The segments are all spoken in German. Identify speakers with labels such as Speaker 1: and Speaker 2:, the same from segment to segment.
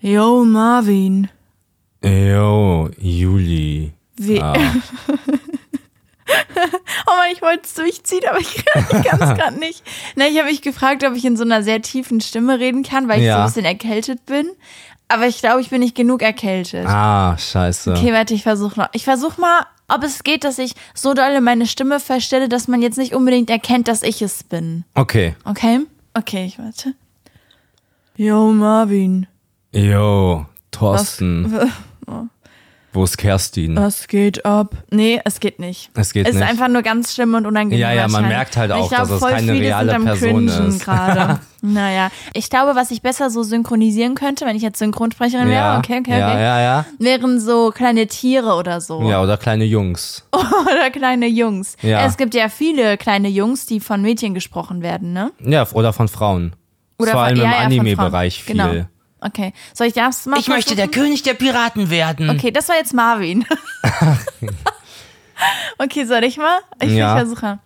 Speaker 1: Yo, Marvin.
Speaker 2: Yo, Juli.
Speaker 1: Wie?
Speaker 2: Ah.
Speaker 1: Oh Mann, ich wollte es durchziehen, aber ich, ich kann es gerade nicht. Na, ich habe mich gefragt, ob ich in so einer sehr tiefen Stimme reden kann, weil ich so
Speaker 2: Ja.
Speaker 1: ein bisschen erkältet bin. Aber ich glaube, ich bin nicht genug erkältet.
Speaker 2: Ah, scheiße.
Speaker 1: Okay, warte, ich versuche noch. Ich versuche mal, ob es geht, dass ich so doll meine Stimme verstelle, dass man jetzt nicht unbedingt erkennt, dass ich es bin.
Speaker 2: Okay.
Speaker 1: Okay? Okay, ich warte. Yo, Marvin.
Speaker 2: Yo, Thorsten. Wo ist Kerstin?
Speaker 1: Was geht ab? Nee, es geht nicht.
Speaker 2: Es geht
Speaker 1: Es ist
Speaker 2: nicht.
Speaker 1: einfach nur ganz schlimm und unangenehm.
Speaker 2: Ja, ja, man
Speaker 1: wahrscheinlich.
Speaker 2: merkt halt
Speaker 1: Und
Speaker 2: auch,
Speaker 1: ich glaub,
Speaker 2: dass es
Speaker 1: voll
Speaker 2: keine
Speaker 1: viele sind
Speaker 2: reale
Speaker 1: am
Speaker 2: Person
Speaker 1: Cringen
Speaker 2: ist.
Speaker 1: gerade. naja, ich glaube, was ich besser so synchronisieren könnte, wenn ich jetzt Synchronsprecherin wäre, okay, okay,
Speaker 2: ja,
Speaker 1: okay, Oh.
Speaker 2: ja, ja.
Speaker 1: wären so kleine Tiere oder so.
Speaker 2: Ja, oder kleine Jungs.
Speaker 1: Oh. oder kleine Jungs.
Speaker 2: Ja.
Speaker 1: Es gibt ja viele kleine Jungs, die von Mädchen gesprochen werden, ne?
Speaker 2: Ja, oder von Frauen.
Speaker 1: Oder
Speaker 2: Vor
Speaker 1: von,
Speaker 2: allem
Speaker 1: ja,
Speaker 2: im
Speaker 1: ja, von
Speaker 2: Anime-Bereich viel.
Speaker 1: Frauen. Genau. Okay, soll ich das mal
Speaker 3: Ich möchte der
Speaker 1: versuchen?
Speaker 3: König der Piraten werden.
Speaker 2: Mhm.
Speaker 1: Okay, das war jetzt Marvin. okay, soll ich mal? Ich
Speaker 2: Ja.
Speaker 1: versuche.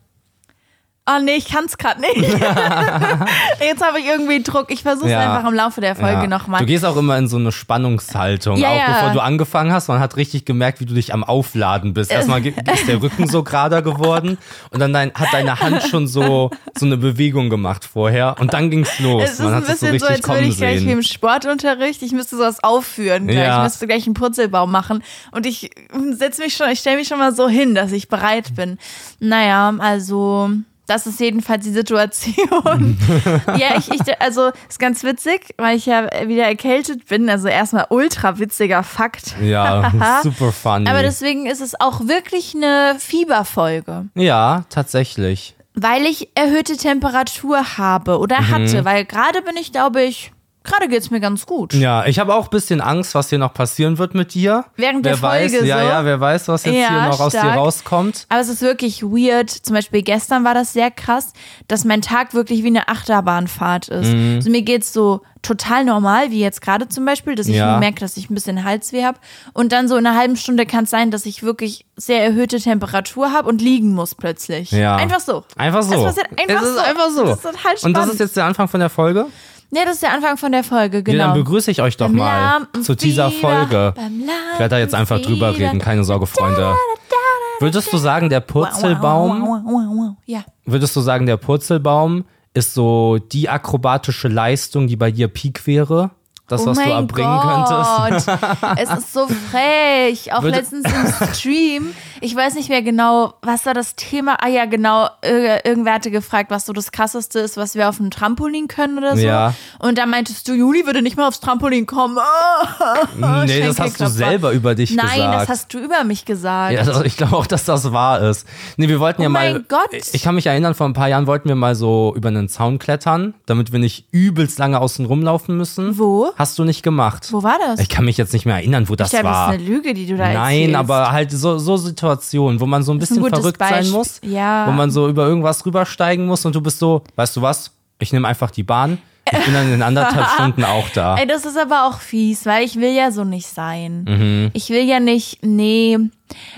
Speaker 1: Oh nee, ich kann's gerade nicht. jetzt habe ich irgendwie Druck. Ich versuche es
Speaker 2: Ja.
Speaker 1: einfach im Laufe der Folge
Speaker 2: Ja.
Speaker 1: nochmal.
Speaker 2: Du gehst auch immer in so eine Spannungshaltung,
Speaker 1: Ja,
Speaker 2: auch
Speaker 1: ja.
Speaker 2: bevor du angefangen hast. Man hat richtig gemerkt, wie du dich am
Speaker 1: Äh.
Speaker 2: Aufladen bist. Erstmal ge- ist der Rücken so gerader geworden und dann dein, hat deine Hand schon so, so eine Bewegung gemacht vorher und dann ging's los.
Speaker 1: Es ist
Speaker 2: Man
Speaker 1: ein
Speaker 2: hat es so
Speaker 1: bisschen so,
Speaker 2: richtig
Speaker 1: als würde
Speaker 2: kommen
Speaker 1: ich gleich wie
Speaker 2: sehen.
Speaker 1: im Sportunterricht. Ich müsste sowas aufführen gleich.
Speaker 2: Ja.
Speaker 1: Ich müsste gleich einen Purzelbaum machen. Und ich setze mich schon, ich stelle mich schon mal so hin, dass ich bereit bin. Naja, also. Das ist jedenfalls die Situation. ja, ich, ich, also ist ganz witzig, weil ich ja wieder erkältet bin. Also erstmal ultra witziger Fakt.
Speaker 2: Ja, super funny.
Speaker 1: Aber deswegen ist es auch wirklich eine Fieberfolge
Speaker 2: ja, tatsächlich.
Speaker 1: weil ich erhöhte Temperatur habe
Speaker 2: Mhm.
Speaker 1: oder hatte, weil gerade bin ich, glaube ich, gerade geht's mir ganz gut.
Speaker 2: Ja, ich habe auch ein bisschen Angst, was hier noch passieren wird mit dir.
Speaker 1: Während
Speaker 2: wer
Speaker 1: der Folge
Speaker 2: weiß, ja,
Speaker 1: so.
Speaker 2: ja, wer weiß, was jetzt
Speaker 1: Ja,
Speaker 2: hier noch aus dir
Speaker 1: stark.
Speaker 2: rauskommt.
Speaker 1: Aber es ist wirklich weird. Zum Beispiel gestern war das sehr krass, dass mein Tag wirklich wie eine Achterbahnfahrt ist.
Speaker 2: Mhm.
Speaker 1: Also mir geht's so total normal, wie jetzt gerade zum Beispiel, dass ich
Speaker 2: Ja.
Speaker 1: nur merke, dass ich ein bisschen Halsweh habe. Und dann so in einer halben Stunde kann es sein, dass ich wirklich sehr erhöhte Temperatur habe und liegen muss plötzlich.
Speaker 2: Ja.
Speaker 1: Einfach so.
Speaker 2: Einfach so.
Speaker 1: Es passiert einfach
Speaker 2: es ist
Speaker 1: so.
Speaker 2: einfach so.
Speaker 1: Das ist total
Speaker 2: Und das
Speaker 1: spannend.
Speaker 2: ist jetzt der Anfang von der Folge?
Speaker 1: Ja, das ist der Anfang von der Folge,
Speaker 2: Ja,
Speaker 1: genau.
Speaker 2: dann begrüße ich euch doch mal
Speaker 1: Lampen
Speaker 2: zu dieser
Speaker 1: Fieber,
Speaker 2: Folge.
Speaker 1: beim
Speaker 2: Ich werde da jetzt einfach drüber
Speaker 1: Lampenfieber.
Speaker 2: reden, keine Sorge, Freunde. Würdest du sagen, der Purzelbaum,
Speaker 1: Wow, wow, wow, wow, wow. Ja.
Speaker 2: würdest du sagen, der Purzelbaum ist so die akrobatische Leistung, die bei dir Peak wäre?
Speaker 1: Oh
Speaker 2: Das, was du erbringen könntest?
Speaker 1: Gott. es ist so frech. Auch
Speaker 2: Würde-
Speaker 1: letztens im Stream, ich weiß nicht mehr genau, was war das Thema? Ah ja, genau, ir- irgendwer hatte gefragt, was so das krasseste ist, was wir auf dem Trampolin können oder so.
Speaker 2: Ja.
Speaker 1: Und da meintest du, Juli würde nicht mal aufs Trampolin kommen. Oh,
Speaker 2: nee, das hast du
Speaker 1: Schenkelklopfer.
Speaker 2: selber über dich
Speaker 1: Nein,
Speaker 2: gesagt.
Speaker 1: das hast du über mich gesagt.
Speaker 2: Ja, also ich glaube auch, dass das wahr ist. Nee, wir wollten ja mal.
Speaker 1: Oh mein Gott.
Speaker 2: Ich kann mich erinnern, vor ein paar Jahren wollten wir mal so über einen Zaun klettern, damit wir nicht übelst lange außen rumlaufen müssen.
Speaker 1: Wo?
Speaker 2: Hast du nicht gemacht.
Speaker 1: Wo war das?
Speaker 2: Ich kann mich jetzt nicht mehr erinnern, wo das
Speaker 1: Ich glaube, das
Speaker 2: war.
Speaker 1: ist eine Lüge, die du da
Speaker 2: Nein,
Speaker 1: erzählst.
Speaker 2: aber halt so, so Situationen, wo man so ein
Speaker 1: ein
Speaker 2: bisschen
Speaker 1: gutes
Speaker 2: verrückt sein
Speaker 1: Beispiel.
Speaker 2: muss,
Speaker 1: Ja.
Speaker 2: wo man so über irgendwas rübersteigen muss und du bist so, weißt du was, ich nehme einfach die Bahn, ich bin dann in anderthalb Stunden auch da.
Speaker 1: Ey, das ist aber auch fies, weil ich will ja so nicht sein.
Speaker 2: Mhm.
Speaker 1: Ich will ja nicht, nee,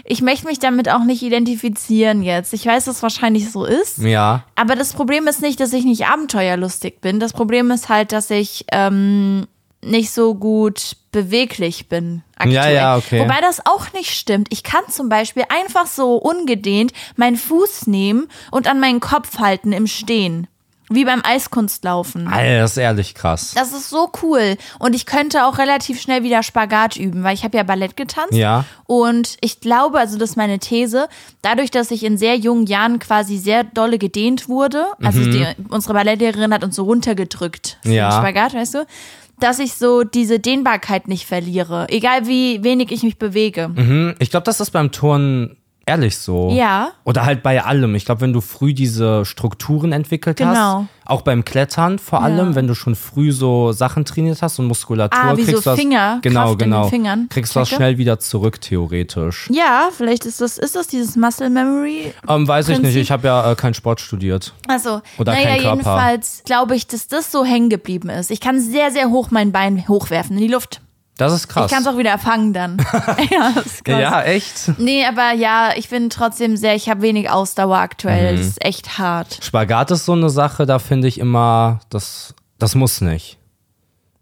Speaker 1: ich möchte mich damit auch nicht identifizieren jetzt. Ich weiß, dass es wahrscheinlich so ist,
Speaker 2: Ja,
Speaker 1: aber das Problem ist nicht, dass ich nicht abenteuerlustig bin. Das Problem ist halt, dass ich ähm, nicht so gut beweglich bin. Aktuell.
Speaker 2: Ja, ja, okay.
Speaker 1: Wobei das auch nicht stimmt. Ich kann zum Beispiel einfach so ungedehnt meinen Fuß nehmen und an meinen Kopf halten im Stehen. Wie beim Eiskunstlaufen.
Speaker 2: Alter, das ist ehrlich krass.
Speaker 1: Das ist so cool. Und ich könnte auch relativ schnell wieder Spagat üben, weil ich habe ja Ballett getanzt.
Speaker 2: Ja.
Speaker 1: Und ich glaube, also das ist meine These, dadurch, dass ich in sehr jungen Jahren quasi sehr dolle gedehnt wurde, also die, unsere Ballettlehrerin hat uns so runtergedrückt für
Speaker 2: Mhm. Ja.
Speaker 1: den Spagat, weißt du, dass ich so diese Dehnbarkeit nicht verliere, egal wie wenig ich mich bewege.
Speaker 2: Mhm. Hm, Ich glaube, das ist beim Turnen ehrlich so.
Speaker 1: Ja.
Speaker 2: Oder halt bei allem. Ich glaube, wenn du früh diese Strukturen entwickelt
Speaker 1: Genau.
Speaker 2: hast, auch beim Klettern vor allem, wenn du schon früh so Sachen trainiert hast und Muskulatur,
Speaker 1: Ah, wie
Speaker 2: kriegst
Speaker 1: so
Speaker 2: du das,
Speaker 1: Finger,
Speaker 2: genau,
Speaker 1: Kraft in den
Speaker 2: genau,
Speaker 1: Fingern.
Speaker 2: kriegst du das
Speaker 1: Checke.
Speaker 2: schnell wieder zurück, theoretisch.
Speaker 1: Ja, vielleicht ist das, ist das dieses Muscle Memory
Speaker 2: Ähm, weiß ich nicht,
Speaker 1: Prinzip-
Speaker 2: ich habe ja äh, keinen Sport studiert.
Speaker 1: Also,
Speaker 2: Oder
Speaker 1: naja,
Speaker 2: kein Körper.
Speaker 1: jedenfalls glaube ich, dass das so hängen geblieben ist. Ich kann sehr, sehr hoch mein Bein hochwerfen in die Luft.
Speaker 2: Das ist krass.
Speaker 1: Ich kann es auch wieder fangen dann. ja, das ist krass.
Speaker 2: ja, echt.
Speaker 1: Nee, aber ja, ich bin trotzdem sehr, ich habe wenig Ausdauer
Speaker 2: Mhm.
Speaker 1: aktuell. Das ist echt hart.
Speaker 2: Spagat ist so eine Sache, da finde ich immer, das, das muss nicht.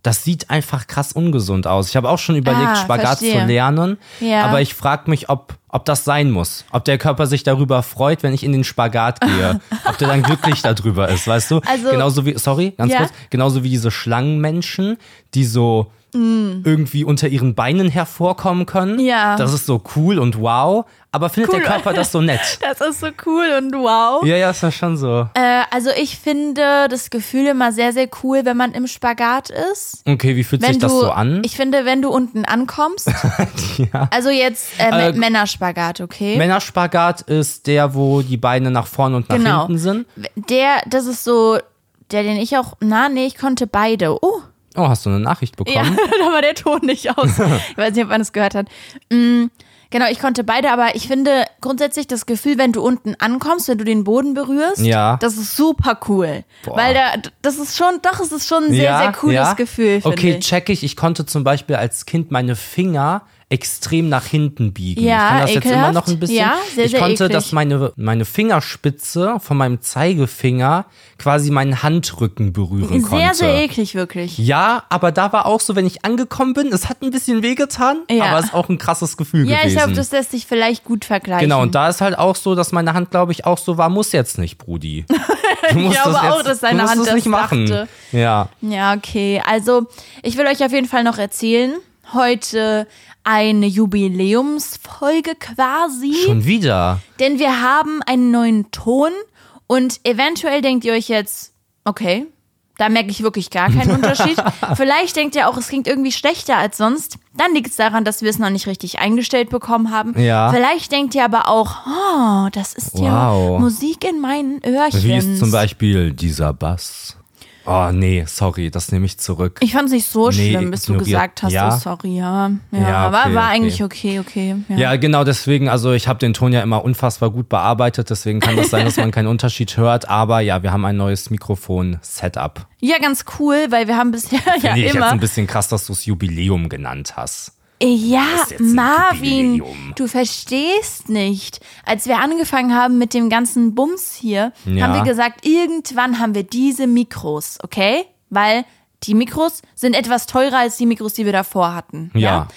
Speaker 2: das sieht einfach krass ungesund aus. Ich habe auch schon überlegt,
Speaker 1: Ah,
Speaker 2: Spagat
Speaker 1: verstehe.
Speaker 2: zu lernen,
Speaker 1: Ja.
Speaker 2: aber ich frage mich, ob, ob das sein muss. Ob der Körper sich darüber freut, wenn ich in den Spagat gehe. ob der dann glücklich darüber ist, weißt du?
Speaker 1: Also-
Speaker 2: genauso wie, sorry, ganz
Speaker 1: Ja?
Speaker 2: kurz, genauso wie diese Schlangenmenschen, die so irgendwie unter ihren Beinen hervorkommen können.
Speaker 1: Mm. Ja.
Speaker 2: Das ist so cool und wow, aber findet
Speaker 1: Cool.
Speaker 2: der Körper das so nett?
Speaker 1: Das ist so cool und wow.
Speaker 2: Ja, ja, ist ja schon so.
Speaker 1: Äh, also ich finde das Gefühl immer sehr, sehr cool, wenn man im Spagat ist.
Speaker 2: Okay, wie fühlt
Speaker 1: Wenn
Speaker 2: sich
Speaker 1: du,
Speaker 2: das so an?
Speaker 1: Ich finde, wenn du unten ankommst,
Speaker 2: ja.
Speaker 1: also jetzt äh,
Speaker 2: Äh,
Speaker 1: M- Männerspagat, okay?
Speaker 2: Männerspagat ist der, wo die Beine nach vorne und nach
Speaker 1: Genau.
Speaker 2: hinten sind.
Speaker 1: der, das ist so, der, den ich auch, na, nee, ich konnte beide. Oh,
Speaker 2: Oh, hast du eine Nachricht
Speaker 1: Ja,
Speaker 2: bekommen?
Speaker 1: da war der Ton nicht aus. Ich weiß nicht, ob man es gehört hat. Mm, Genau, ich konnte beide, aber ich finde grundsätzlich das Gefühl, wenn du unten ankommst, wenn du den Boden berührst,
Speaker 2: Ja.
Speaker 1: das ist super cool.
Speaker 2: Boah.
Speaker 1: Weil da, das ist schon, doch, es ist schon ein sehr, sehr cooles
Speaker 2: ja.
Speaker 1: Gefühl, finde
Speaker 2: Okay,
Speaker 1: ich.
Speaker 2: check ich. Ich konnte zum Beispiel als Kind meine Finger extrem nach hinten biegen.
Speaker 1: Ja,
Speaker 2: ich kann das jetzt
Speaker 1: ekelhaft.
Speaker 2: immer noch ein bisschen.
Speaker 1: Ja, sehr,
Speaker 2: ich
Speaker 1: sehr
Speaker 2: konnte,
Speaker 1: eklig.
Speaker 2: dass meine, meine Fingerspitze von meinem Zeigefinger quasi meinen Handrücken berühren konnte.
Speaker 1: Sehr, sehr eklig, wirklich.
Speaker 2: ja, aber da war auch so, wenn ich angekommen bin, es hat ein bisschen wehgetan,
Speaker 1: Ja.
Speaker 2: aber es ist auch ein krasses Gefühl
Speaker 1: Ja,
Speaker 2: gewesen.
Speaker 1: ich glaube, das lässt sich vielleicht gut vergleichen.
Speaker 2: Genau, und da ist halt auch so, dass meine Hand, glaube ich, auch so war, muss jetzt nicht, Brudi. Du musst
Speaker 1: glaube auch, dass deine
Speaker 2: du musst
Speaker 1: Hand
Speaker 2: das
Speaker 1: das
Speaker 2: nicht machen.
Speaker 1: dachte.
Speaker 2: Ja.
Speaker 1: Ja, okay. Also, ich will euch auf jeden Fall noch erzählen. Heute eine Jubiläumsfolge quasi.
Speaker 2: Schon wieder.
Speaker 1: Denn wir haben einen neuen Ton und eventuell denkt ihr euch jetzt, okay, da merke ich wirklich gar keinen Unterschied. Vielleicht denkt ihr auch, es klingt irgendwie schlechter als sonst. Dann liegt es daran, dass wir es noch nicht richtig eingestellt bekommen haben.
Speaker 2: Ja.
Speaker 1: Vielleicht denkt ihr aber auch, oh, das ist ja
Speaker 2: Wow.
Speaker 1: Musik in meinen Öhrchen.
Speaker 2: Wie ist zum Beispiel dieser Bass? Oh, nee, sorry, das nehme ich zurück.
Speaker 1: ich fand es nicht so
Speaker 2: Nee,
Speaker 1: schlimm, bis du
Speaker 2: ignoriert.
Speaker 1: gesagt hast,
Speaker 2: Ja.
Speaker 1: oh, sorry, ja. Ja,
Speaker 2: Ja,
Speaker 1: war,
Speaker 2: okay,
Speaker 1: war
Speaker 2: okay.
Speaker 1: eigentlich okay, okay.
Speaker 2: Ja, genau deswegen, also ich habe den Ton ja immer unfassbar gut bearbeitet, deswegen kann das sein, dass man keinen Unterschied hört, aber ja, wir haben ein neues Mikrofon-Setup.
Speaker 1: Ja, ganz cool, weil wir haben bisher ja
Speaker 2: Finde ich jetzt
Speaker 1: immer
Speaker 2: ein bisschen krass, dass du es Jubiläum genannt hast.
Speaker 1: Ja,
Speaker 2: jetzt ein
Speaker 1: Marvin,
Speaker 2: Jubiläum.
Speaker 1: du verstehst nicht. Als wir angefangen haben mit dem ganzen Bums hier,
Speaker 2: Ja.
Speaker 1: haben wir gesagt, irgendwann haben wir diese Mikros, okay? Weil die Mikros sind etwas teurer als die Mikros, die wir davor hatten. Ja.
Speaker 2: Ja.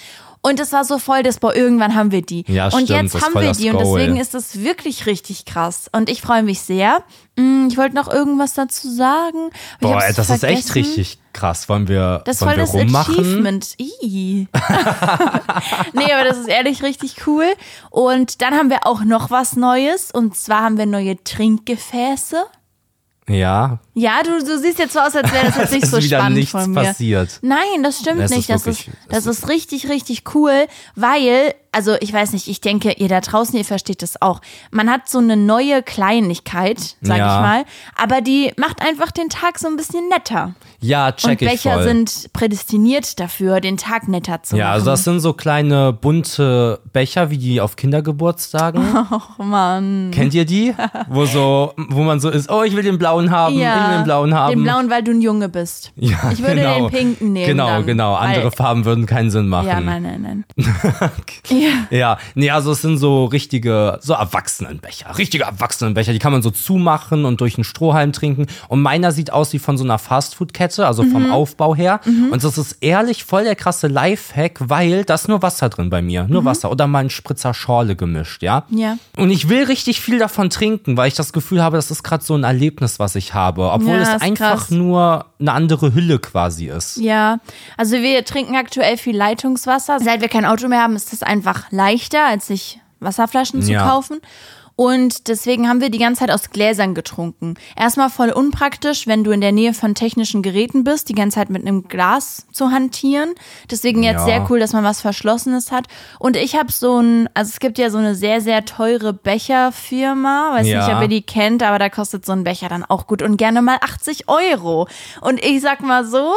Speaker 1: Und es war so voll, dass boah, irgendwann haben wir die.
Speaker 2: Ja,
Speaker 1: und
Speaker 2: stimmt,
Speaker 1: jetzt
Speaker 2: das ist
Speaker 1: haben
Speaker 2: voll
Speaker 1: wir
Speaker 2: das
Speaker 1: die und
Speaker 2: Goal.
Speaker 1: deswegen ist das wirklich richtig krass. Und ich freue mich sehr. Hm, Ich wollte noch irgendwas dazu sagen. aber ich
Speaker 2: Boah,
Speaker 1: hab's
Speaker 2: das ist echt
Speaker 1: vergessen.
Speaker 2: richtig krass. Wollen wir,
Speaker 1: Das ist voll
Speaker 2: wollen wir
Speaker 1: das
Speaker 2: rummachen?
Speaker 1: Achievement. Ii. nee, aber das ist ehrlich richtig cool. Und dann haben wir auch noch was Neues. Und zwar haben wir neue Trinkgefäße.
Speaker 2: Ja,
Speaker 1: Ja, du, du siehst jetzt so aus, als wäre das jetzt nicht
Speaker 2: ist
Speaker 1: so
Speaker 2: wieder
Speaker 1: spannend
Speaker 2: nichts
Speaker 1: von mir.
Speaker 2: passiert.
Speaker 1: Nein, das stimmt
Speaker 2: Es ist
Speaker 1: nicht. Das,
Speaker 2: wirklich-
Speaker 1: ist,
Speaker 2: es
Speaker 1: das ist richtig, richtig cool, weil, also ich weiß nicht, ich denke, ihr da draußen, ihr versteht das auch. Man hat so eine neue Kleinigkeit, sag
Speaker 2: Ja.
Speaker 1: ich mal, aber die macht einfach den Tag so ein bisschen netter.
Speaker 2: Ja, check
Speaker 1: Und
Speaker 2: ich
Speaker 1: Becher
Speaker 2: voll.
Speaker 1: sind prädestiniert dafür, den Tag netter zu
Speaker 2: ja,
Speaker 1: machen.
Speaker 2: also das sind so kleine bunte Becher, wie die auf Kindergeburtstagen.
Speaker 1: Och Mann.
Speaker 2: Kennt ihr die? Wo so, wo man so ist, oh, ich will den blauen haben, ich will den blauen haben.
Speaker 1: Den blauen, weil du ein Junge bist.
Speaker 2: ja,
Speaker 1: ich würde den
Speaker 2: genau.
Speaker 1: pinken nehmen.
Speaker 2: Genau,
Speaker 1: dann,
Speaker 2: genau. Andere
Speaker 1: weil,
Speaker 2: Farben würden keinen Sinn machen.
Speaker 1: Ja, nein, nein, nein. ja.
Speaker 2: Ja, nee, also es sind so richtige, so Erwachsenenbecher, richtige Erwachsenenbecher, die kann man so zumachen und durch einen Strohhalm trinken. Und meiner sieht aus wie von so einer Fastfood-Kette, also
Speaker 1: Mhm.
Speaker 2: vom Aufbau her. Und das ist ehrlich voll der krasse Lifehack, weil da ist nur Wasser drin bei mir, nur Wasser oder mal ein Spritzer Schorle gemischt, ja?
Speaker 1: Mhm. Ja.
Speaker 2: Und ich will richtig viel davon trinken, weil ich das Gefühl habe, das ist gerade so ein Erlebnis, was ich habe, obwohl
Speaker 1: Ja,
Speaker 2: es
Speaker 1: ist
Speaker 2: einfach
Speaker 1: krass.
Speaker 2: nur eine andere Hülle quasi ist.
Speaker 1: Ja, also wir trinken aktuell viel Leitungswasser. Seit wir kein Auto mehr haben, ist es einfach leichter, als sich Wasserflaschen zu
Speaker 2: Ja.
Speaker 1: kaufen. Und deswegen haben wir die ganze Zeit aus Gläsern getrunken. Erstmal voll unpraktisch, wenn du in der Nähe von technischen Geräten bist, die ganze Zeit mit einem Glas zu hantieren. Deswegen jetzt
Speaker 2: Ja.
Speaker 1: sehr cool, dass man was Verschlossenes hat. Und ich habe so ein, also es gibt ja so eine sehr, sehr teure Becherfirma, weiß nicht,
Speaker 2: Ja.
Speaker 1: ob ihr die die kennt, aber da kostet so ein Becher dann auch gut und gerne mal 80 Euro. Und ich sag mal so,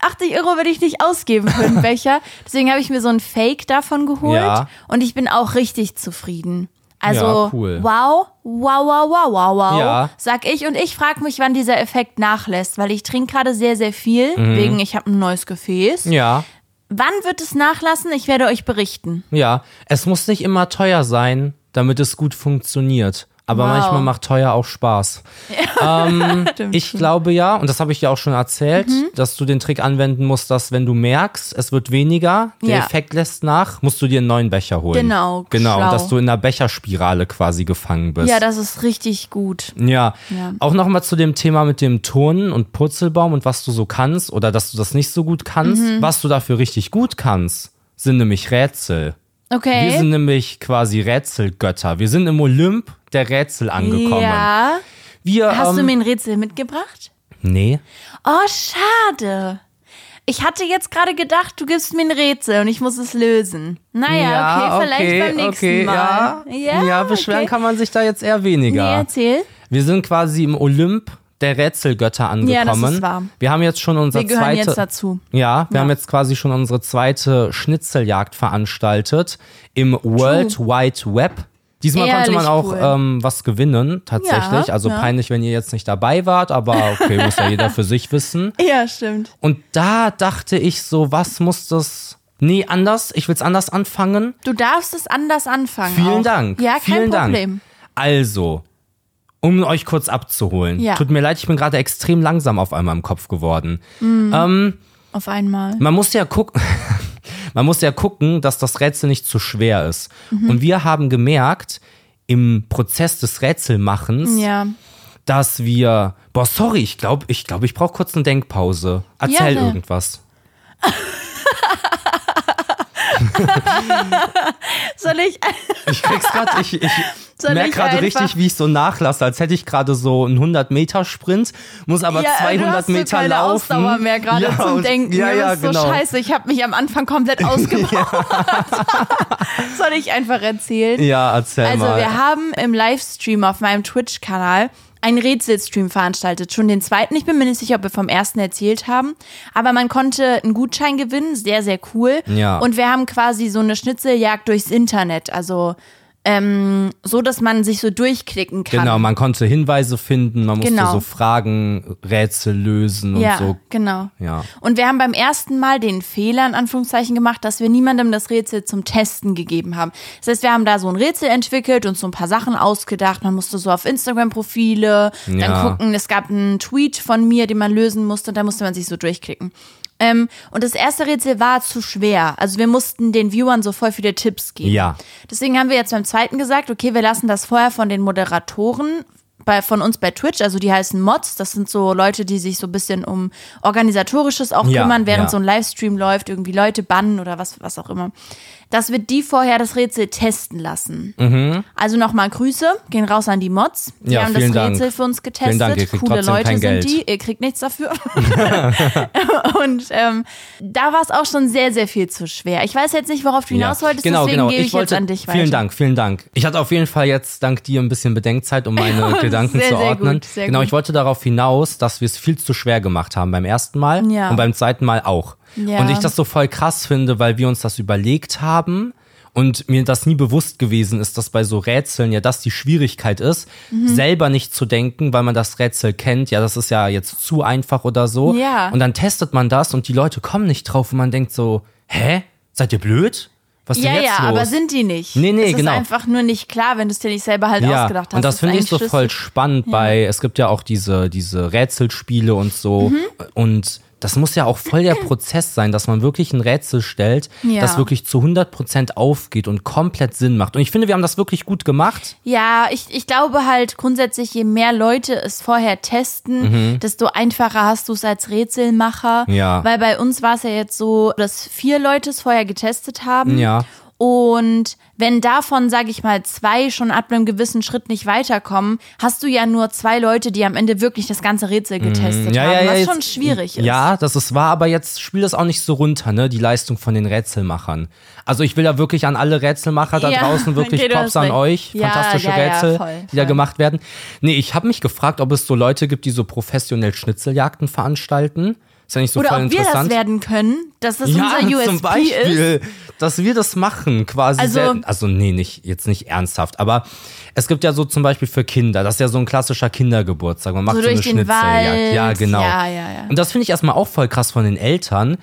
Speaker 1: 80 Euro würde ich nicht ausgeben für einen Becher. Deswegen habe ich mir so ein Fake davon geholt
Speaker 2: Ja.
Speaker 1: und ich bin auch richtig zufrieden. Also
Speaker 2: Ja, cool.
Speaker 1: wow, wow, wow, wow, wow, wow,
Speaker 2: Ja.
Speaker 1: sag ich. Und ich frage mich, wann dieser Effekt nachlässt, weil ich trinke gerade sehr, sehr viel, wegen ich habe ein neues Gefäß.
Speaker 2: Mhm. Ja.
Speaker 1: Wann wird es nachlassen? Ich werde euch berichten.
Speaker 2: Ja, es muss nicht immer teuer sein, damit es gut funktioniert. Aber
Speaker 1: Wow.
Speaker 2: manchmal macht teuer auch Spaß. ähm,
Speaker 1: Stimmt Mhm.
Speaker 2: ich glaube ja, und das habe ich ja auch schon erzählt, dass du den Trick anwenden musst, dass wenn du merkst, es wird weniger, der
Speaker 1: Ja.
Speaker 2: Effekt lässt nach, musst du dir einen neuen Becher holen.
Speaker 1: Genau,
Speaker 2: Genau,
Speaker 1: schlau.
Speaker 2: und dass du in einer Becherspirale quasi gefangen bist.
Speaker 1: Ja, das ist richtig gut.
Speaker 2: Ja.
Speaker 1: Ja.
Speaker 2: Auch nochmal zu dem Thema mit dem Turnen und Purzelbaum und was du so kannst oder dass du das nicht so gut kannst.
Speaker 1: Mhm.
Speaker 2: Was du dafür richtig gut kannst, sind nämlich Rätsel. Wir sind
Speaker 1: Okay.
Speaker 2: nämlich quasi Rätselgötter. Wir sind im Olymp der Rätsel angekommen.
Speaker 1: ja.
Speaker 2: Wir,
Speaker 1: Hast
Speaker 2: ähm,
Speaker 1: du mir ein Rätsel mitgebracht?
Speaker 2: Nee.
Speaker 1: Oh, schade. Ich hatte jetzt gerade gedacht, du gibst mir ein Rätsel und ich muss es lösen. Naja, okay, vielleicht beim nächsten
Speaker 2: okay,
Speaker 1: Mal.
Speaker 2: Ja, ja, beschweren
Speaker 1: okay.
Speaker 2: kann man sich da jetzt eher
Speaker 1: Nee,
Speaker 2: weniger.
Speaker 1: erzähl.
Speaker 2: Wir sind quasi im Olymp der Rätselgötter angekommen.
Speaker 1: Ja, das ist wahr.
Speaker 2: Wir haben jetzt schon unser
Speaker 1: Wir gehören
Speaker 2: zweite,
Speaker 1: jetzt dazu.
Speaker 2: Ja, wir haben jetzt quasi schon unsere zweite Schnitzeljagd veranstaltet im World Wide Web. Diesmal konnte man
Speaker 1: Ehrlich
Speaker 2: auch
Speaker 1: cool.
Speaker 2: ähm, was gewinnen, tatsächlich.
Speaker 1: Ja,
Speaker 2: also
Speaker 1: ja.
Speaker 2: peinlich, wenn ihr jetzt nicht dabei wart, aber okay, muss ja jeder für sich wissen.
Speaker 1: Ja, stimmt.
Speaker 2: Und da dachte ich so, was muss das. Nee, anders. Ich will's anders anfangen.
Speaker 1: Du darfst es anders anfangen.
Speaker 2: Vielen
Speaker 1: auch.
Speaker 2: Dank.
Speaker 1: Ja, kein
Speaker 2: Vielen
Speaker 1: Problem.
Speaker 2: Dank. Also, um euch kurz abzuholen.
Speaker 1: Ja.
Speaker 2: Tut mir leid, ich bin gerade extrem langsam auf einmal im Kopf geworden. Ähm,
Speaker 1: Auf einmal.
Speaker 2: man muss ja gucken. Man muss ja gucken, dass das Rätsel nicht zu schwer ist.
Speaker 1: Mhm.
Speaker 2: Und wir haben gemerkt, im Prozess des Rätselmachens,
Speaker 1: Ja.
Speaker 2: dass wir. Boah, sorry, ich glaube, ich, glaub, ich brauche kurz eine Denkpause. Erzähl
Speaker 1: Ja, ne.
Speaker 2: irgendwas.
Speaker 1: Soll ich?
Speaker 2: Ich krieg's gerade, ich, ich
Speaker 1: Soll
Speaker 2: merk
Speaker 1: ich
Speaker 2: gerade
Speaker 1: einfach-
Speaker 2: richtig, wie ich so nachlasse, als hätte ich gerade so einen 100-Meter-Sprint, muss aber
Speaker 1: ja,
Speaker 2: 200
Speaker 1: du hast so
Speaker 2: Meter
Speaker 1: keine
Speaker 2: laufen.
Speaker 1: Ausdauer mehr gerade
Speaker 2: Ja,
Speaker 1: zum
Speaker 2: und-
Speaker 1: Denken.
Speaker 2: Ja,
Speaker 1: Mir
Speaker 2: ja,
Speaker 1: ist so
Speaker 2: genau.
Speaker 1: scheiße. Ich habe mich am Anfang komplett ausgebraucht. Soll ich einfach erzählen?
Speaker 2: Ja, erzähl
Speaker 1: Also
Speaker 2: mal.
Speaker 1: wir haben im Livestream auf meinem Twitch-Kanal einen Rätselstream veranstaltet, schon den zweiten. Ich bin mir nicht sicher, ob wir vom ersten erzählt haben, aber man konnte einen Gutschein gewinnen, sehr, sehr cool.
Speaker 2: Ja.
Speaker 1: Und wir haben quasi so eine Schnitzeljagd durchs Internet, also ähm, so, dass man sich so durchklicken kann.
Speaker 2: genau, man konnte Hinweise finden, man musste
Speaker 1: Genau.
Speaker 2: so Fragen, Rätsel lösen und
Speaker 1: Ja,
Speaker 2: so.
Speaker 1: genau.
Speaker 2: Ja.
Speaker 1: Und wir haben beim ersten Mal den Fehler in Anführungszeichen gemacht, dass wir niemandem das Rätsel zum Testen gegeben haben. Das heißt, wir haben da so ein Rätsel entwickelt und so ein paar Sachen ausgedacht. Man musste so auf Instagram-Profile
Speaker 2: Ja.
Speaker 1: dann gucken. Es gab einen Tweet von mir, den man lösen musste und da musste man sich so durchklicken. Ähm, und das erste Rätsel war zu schwer. Also wir mussten den Viewern so voll viele Tipps geben.
Speaker 2: Ja.
Speaker 1: Deswegen haben wir jetzt beim zweiten gesagt, okay, wir lassen das vorher von den Moderatoren bei, von uns bei Twitch, also die heißen Mods, das sind so Leute, die sich so ein bisschen um organisatorisches auch
Speaker 2: Ja,
Speaker 1: kümmern, während
Speaker 2: ja.
Speaker 1: so ein Livestream läuft, irgendwie Leute bannen oder was, was auch immer. Dass wir die vorher das Rätsel testen lassen. Also nochmal Grüße, gehen raus an die Mods. Die
Speaker 2: Mhm. Ja,
Speaker 1: haben das
Speaker 2: vielen Dank.
Speaker 1: Rätsel für uns getestet.
Speaker 2: Vielen Dank, ihr kriegt
Speaker 1: Coole
Speaker 2: trotzdem
Speaker 1: Leute
Speaker 2: kein
Speaker 1: sind
Speaker 2: Geld.
Speaker 1: die, ihr kriegt nichts dafür. Und ähm, da war es auch schon sehr, sehr viel zu schwer. Ich weiß jetzt nicht, worauf du hinaus
Speaker 2: ja.
Speaker 1: wolltest,
Speaker 2: genau,
Speaker 1: deswegen
Speaker 2: genau.
Speaker 1: gebe ich,
Speaker 2: wollte,
Speaker 1: jetzt an dich weiter.
Speaker 2: Vielen Dank, vielen Dank. Ich hatte auf jeden Fall jetzt dank dir ein bisschen Bedenkzeit, um meine Gedanken
Speaker 1: sehr,
Speaker 2: zu
Speaker 1: sehr
Speaker 2: ordnen.
Speaker 1: gut, sehr
Speaker 2: genau,
Speaker 1: gut.
Speaker 2: ich wollte darauf hinaus, dass wir es viel zu schwer gemacht haben beim ersten Mal
Speaker 1: Ja.
Speaker 2: und beim zweiten Mal auch.
Speaker 1: Ja.
Speaker 2: Und ich das so voll krass finde, weil wir uns das überlegt haben und mir das nie bewusst gewesen ist, dass bei so Rätseln ja das die Schwierigkeit ist,
Speaker 1: Mhm.
Speaker 2: selber nicht zu denken, weil man das Rätsel kennt, ja, das ist ja jetzt zu einfach oder so.
Speaker 1: Ja.
Speaker 2: Und dann testet man das und die Leute kommen nicht drauf und man denkt so, hä? Seid ihr blöd? Was ist
Speaker 1: Ja,
Speaker 2: denn jetzt
Speaker 1: ja,
Speaker 2: los?
Speaker 1: aber sind die nicht.
Speaker 2: Nee, nee,
Speaker 1: es
Speaker 2: genau.
Speaker 1: ist einfach nur nicht klar, wenn du es dir nicht selber halt
Speaker 2: ja,
Speaker 1: ausgedacht hast.
Speaker 2: und das
Speaker 1: ist
Speaker 2: finde ich so
Speaker 1: eigentlich
Speaker 2: voll
Speaker 1: schlüssig.
Speaker 2: spannend bei, es gibt ja auch diese, diese Rätselspiele und so
Speaker 1: Mhm.
Speaker 2: und das muss ja auch voll der Prozess sein, dass man wirklich ein Rätsel stellt,
Speaker 1: Ja.
Speaker 2: das wirklich zu 100% aufgeht und komplett Sinn macht. Und ich finde, wir haben das wirklich gut gemacht.
Speaker 1: Ja, ich, ich glaube halt grundsätzlich, je mehr Leute es vorher testen, desto einfacher hast du es als Rätselmacher.
Speaker 2: Mhm. Ja.
Speaker 1: Weil bei uns war es ja jetzt so, dass vier Leute es vorher getestet haben.
Speaker 2: Ja.
Speaker 1: Und wenn davon, sage ich mal, zwei schon ab einem gewissen Schritt nicht weiterkommen, hast du ja nur zwei Leute, die am Ende wirklich das ganze Rätsel
Speaker 2: Mhm.
Speaker 1: getestet haben, was
Speaker 2: jetzt-
Speaker 1: schon schwierig ist.
Speaker 2: Ja, das ist wahr, aber jetzt spiel das auch nicht so runter, ne, die Leistung von den Rätselmachern. Also ich will da wirklich an alle Rätselmacher da
Speaker 1: Ja,
Speaker 2: draußen wirklich
Speaker 1: okay, du
Speaker 2: Props
Speaker 1: hast
Speaker 2: an
Speaker 1: recht.
Speaker 2: euch,
Speaker 1: Ja,
Speaker 2: fantastische
Speaker 1: ja, ja,
Speaker 2: Rätsel,
Speaker 1: voll,
Speaker 2: die da
Speaker 1: voll.
Speaker 2: gemacht werden. Nee, ich habe mich gefragt, ob es so Leute gibt, die so professionell Schnitzeljagden veranstalten. Ist ja nicht so
Speaker 1: Oder
Speaker 2: voll
Speaker 1: ob wir das
Speaker 2: interessant.
Speaker 1: werden können, dass das
Speaker 2: ja,
Speaker 1: unser USP
Speaker 2: zum
Speaker 1: ist.
Speaker 2: Beispiel, dass wir das machen, quasi.
Speaker 1: Also-
Speaker 2: sehr, also nee, nicht, jetzt nicht ernsthaft, aber es gibt ja so zum Beispiel für Kinder, das ist ja so ein klassischer Kindergeburtstag. Man macht so,
Speaker 1: durch
Speaker 2: eine
Speaker 1: den
Speaker 2: Schnitzeljagd.
Speaker 1: Wald.
Speaker 2: Ja, genau.
Speaker 1: Ja, ja, ja.
Speaker 2: Und das finde ich erstmal auch voll krass von den Eltern,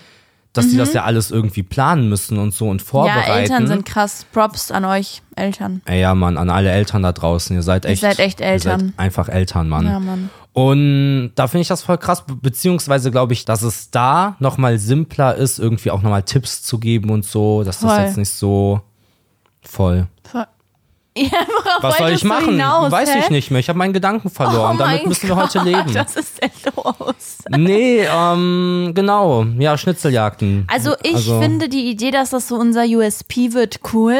Speaker 2: dass die das ja alles irgendwie planen müssen und so und
Speaker 1: Mhm. Ja,
Speaker 2: vorbereiten.
Speaker 1: Eltern sind krass. Props an euch, Eltern.
Speaker 2: Ey, ja, Mann, an alle Eltern da draußen. Ihr seid echt,
Speaker 1: seid echt
Speaker 2: Ihr
Speaker 1: Eltern.
Speaker 2: seid einfach Eltern, Mann.
Speaker 1: Ja, Mann.
Speaker 2: Und da finde ich das voll krass, be- beziehungsweise glaube ich, dass es da nochmal simpler ist, irgendwie auch nochmal Tipps zu geben und so, dass das
Speaker 1: Voll.
Speaker 2: jetzt nicht so voll.
Speaker 1: Ja, worauf
Speaker 2: Was soll
Speaker 1: wolltest
Speaker 2: ich
Speaker 1: du
Speaker 2: machen?
Speaker 1: Hinaus,
Speaker 2: Weiß
Speaker 1: hä?
Speaker 2: ich nicht mehr. Ich habe meinen Gedanken verloren.
Speaker 1: Oh
Speaker 2: Damit
Speaker 1: mein
Speaker 2: müssen
Speaker 1: Gott,
Speaker 2: wir heute leben.
Speaker 1: Was ist denn los?
Speaker 2: Nee, ähm, genau. Ja, Schnitzeljagden.
Speaker 1: Also ich
Speaker 2: Also-
Speaker 1: finde die Idee, dass das so unser USP wird, cool.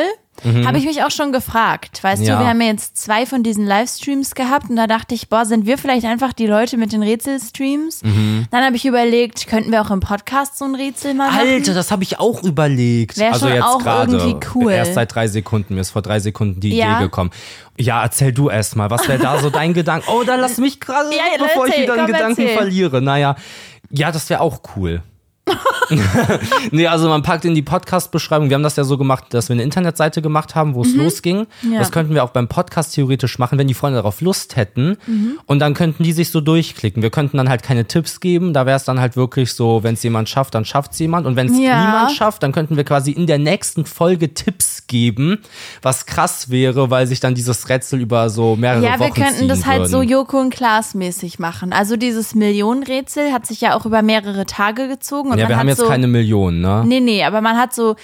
Speaker 1: Habe ich mich auch schon gefragt. Weißt
Speaker 2: Mhm. Ja.
Speaker 1: du, wir haben ja jetzt zwei von diesen Livestreams gehabt und da dachte ich, boah, sind wir vielleicht einfach die Leute mit den Rätselstreams?
Speaker 2: Mhm.
Speaker 1: Dann habe ich überlegt, könnten wir auch im Podcast so ein Rätsel mal machen?
Speaker 2: Alter, das habe ich auch überlegt.
Speaker 1: Wär
Speaker 2: also
Speaker 1: schon
Speaker 2: jetzt
Speaker 1: auch
Speaker 2: gerade.
Speaker 1: irgendwie cool.
Speaker 2: Erst seit drei Sekunden. Mir ist vor drei Sekunden die
Speaker 1: Ja.
Speaker 2: Idee gekommen. Ja, erzähl du erst mal. Was wäre da so dein Gedanke? Oh, dann lass mich gerade,
Speaker 1: Ja, ja,
Speaker 2: bevor ich
Speaker 1: erzähl,
Speaker 2: wieder einen
Speaker 1: komm,
Speaker 2: Gedanken
Speaker 1: erzähl.
Speaker 2: verliere. Naja, ja, das wäre auch cool. nee, also man packt in die Podcast-Beschreibung. Wir haben das ja so gemacht, dass wir eine Internetseite gemacht haben, wo es losging.
Speaker 1: Mhm. Ja.
Speaker 2: Das könnten wir auch beim Podcast theoretisch machen, wenn die Freunde darauf Lust hätten.
Speaker 1: Mhm.
Speaker 2: Und dann könnten die sich so durchklicken. Wir könnten dann halt keine Tipps geben. Da wäre es dann halt wirklich so, wenn es jemand schafft, dann schafft es jemand. Und wenn es
Speaker 1: Ja.
Speaker 2: niemand schafft, dann könnten wir quasi in der nächsten Folge Tipps geben, was krass wäre, weil sich dann dieses Rätsel über so mehrere
Speaker 1: Ja,
Speaker 2: Also Wochen
Speaker 1: wir könnten
Speaker 2: ziehen
Speaker 1: das halt
Speaker 2: würden.
Speaker 1: so Joko und Klaas mäßig machen. Also dieses Millionenrätsel hat sich ja auch über mehrere Tage gezogen. Und
Speaker 2: Ja,
Speaker 1: man
Speaker 2: wir
Speaker 1: hat
Speaker 2: haben jetzt
Speaker 1: so,
Speaker 2: keine Millionen, ne?
Speaker 1: Nee, nee, aber man hat so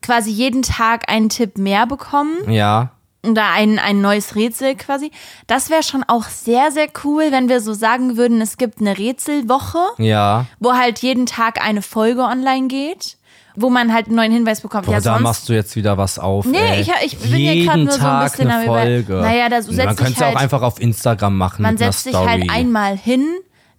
Speaker 1: quasi jeden Tag einen Tipp mehr bekommen
Speaker 2: Ja.
Speaker 1: oder ein, ein neues Rätsel quasi. Das wäre schon auch sehr, sehr cool, wenn wir so sagen würden, es gibt eine Rätselwoche,
Speaker 2: Ja.
Speaker 1: wo halt jeden Tag eine Folge online geht, wo man halt einen neuen Hinweis bekommt.
Speaker 2: Boah,
Speaker 1: ja,
Speaker 2: da
Speaker 1: sonst
Speaker 2: machst du jetzt wieder was auf.
Speaker 1: Nee,
Speaker 2: ey.
Speaker 1: ich hab- ich bin hier
Speaker 2: Jeden
Speaker 1: grad nur so ein
Speaker 2: Tag
Speaker 1: bisschen
Speaker 2: eine
Speaker 1: am Über-
Speaker 2: Folge.
Speaker 1: Naja, da- so setzt
Speaker 2: Man
Speaker 1: sich
Speaker 2: könnte es
Speaker 1: halt-
Speaker 2: auch einfach auf Instagram machen.
Speaker 1: man
Speaker 2: mit einer
Speaker 1: setzt sich halt
Speaker 2: Story.
Speaker 1: einmal hin,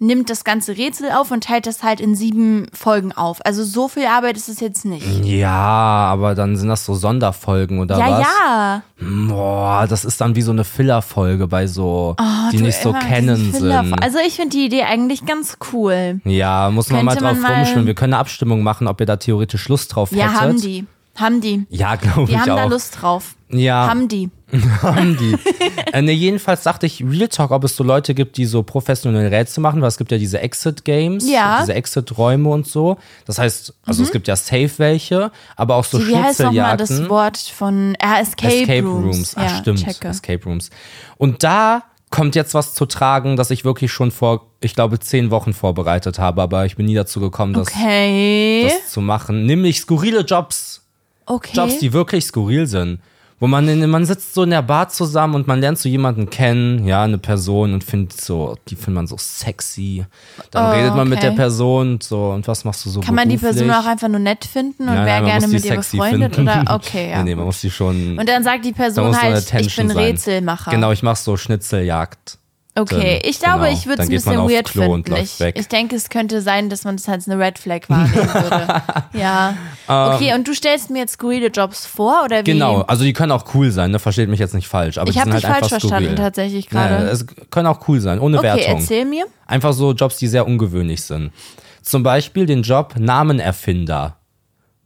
Speaker 1: nimmt das ganze Rätsel auf und teilt das halt in sieben Folgen auf. Also so viel Arbeit ist es jetzt nicht.
Speaker 2: Ja, aber dann sind das so Sonderfolgen oder
Speaker 1: Ja,
Speaker 2: was?
Speaker 1: ja.
Speaker 2: Boah, das ist dann wie so eine Fillerfolge bei so, die
Speaker 1: Oh, Du,
Speaker 2: nicht so
Speaker 1: immer
Speaker 2: kennen
Speaker 1: diese Filler-
Speaker 2: sind.
Speaker 1: Also ich finde die Idee eigentlich ganz cool.
Speaker 2: ja, muss man mal
Speaker 1: Könnte
Speaker 2: drauf
Speaker 1: man mal-
Speaker 2: rumschwimmen. Wir können eine Abstimmung machen, ob ihr da theoretisch Lust drauf
Speaker 1: Ja,
Speaker 2: hättet.
Speaker 1: haben die. Haben die.
Speaker 2: Ja, glaube
Speaker 1: Die
Speaker 2: ich
Speaker 1: haben
Speaker 2: auch.
Speaker 1: da Lust drauf.
Speaker 2: ja,
Speaker 1: Haben die.
Speaker 2: haben die. äh, ne, jedenfalls dachte ich, Real Talk, ob es so Leute gibt, die so professionell Rätsel machen, weil es gibt ja diese Exit-Games,
Speaker 1: Ja. Mhm.
Speaker 2: diese Exit-Räume und so. Das heißt, also es gibt ja safe welche, aber auch so
Speaker 1: Wie heißt nochmal
Speaker 2: Schnitzeljagden.
Speaker 1: das Wort von ah, Escape,
Speaker 2: Escape
Speaker 1: Rooms?
Speaker 2: Rooms. Ach,
Speaker 1: Ja,
Speaker 2: stimmt.
Speaker 1: Checke.
Speaker 2: Escape Rooms. Und da kommt jetzt was zu tragen, das ich wirklich schon vor, ich glaube, zehn Wochen vorbereitet habe, aber ich bin nie dazu gekommen, das,
Speaker 1: Okay.
Speaker 2: das zu machen. Nämlich skurrile Jobs.
Speaker 1: okay.
Speaker 2: Jobs, die wirklich skurril sind. Wo man, in, man sitzt so in der Bar zusammen und man lernt so jemanden kennen, ja, eine Person und findet so, die findet man so sexy.
Speaker 1: Oh,
Speaker 2: Dann redet man mit
Speaker 1: okay.
Speaker 2: der Person und so, und was machst du so
Speaker 1: Kann man die
Speaker 2: beruflich?
Speaker 1: Person auch einfach nur nett finden und wäre
Speaker 2: Nein, nein, man
Speaker 1: gerne
Speaker 2: muss die
Speaker 1: mit ihr
Speaker 2: sexy
Speaker 1: befreundet?
Speaker 2: finden.
Speaker 1: Oder okay, ja.
Speaker 2: Nee, nee, man muss die schon.
Speaker 1: Und dann sagt die
Speaker 2: Da
Speaker 1: Person
Speaker 2: muss eine
Speaker 1: halt, ich
Speaker 2: Tension
Speaker 1: bin
Speaker 2: sein.
Speaker 1: Rätselmacher.
Speaker 2: Genau, ich mache so Schnitzeljagd.
Speaker 1: Okay, ich glaube,
Speaker 2: Genau.
Speaker 1: ich würde
Speaker 2: Dann
Speaker 1: es ein
Speaker 2: geht man
Speaker 1: bisschen
Speaker 2: auf
Speaker 1: weird
Speaker 2: Klo und
Speaker 1: finden.
Speaker 2: läuft
Speaker 1: Ich,
Speaker 2: weg.
Speaker 1: ich denke, es könnte sein, dass man das als eine Red Flag wahrnehmen würde. Ja. Okay, und du stellst mir jetzt skurrile Jobs vor, oder wie?
Speaker 2: Ähm, Genau, also die können auch cool sein, ne? versteht mich jetzt nicht falsch. Aber
Speaker 1: Ich
Speaker 2: die
Speaker 1: habe
Speaker 2: sind
Speaker 1: dich
Speaker 2: halt
Speaker 1: falsch
Speaker 2: einfach
Speaker 1: verstanden
Speaker 2: skurril.
Speaker 1: tatsächlich
Speaker 2: Nein,
Speaker 1: gerade.
Speaker 2: es können auch cool sein, ohne
Speaker 1: Okay,
Speaker 2: Wertung.
Speaker 1: erzähl mir.
Speaker 2: Einfach so Jobs, die sehr ungewöhnlich sind. Zum Beispiel den Job Namenerfinder.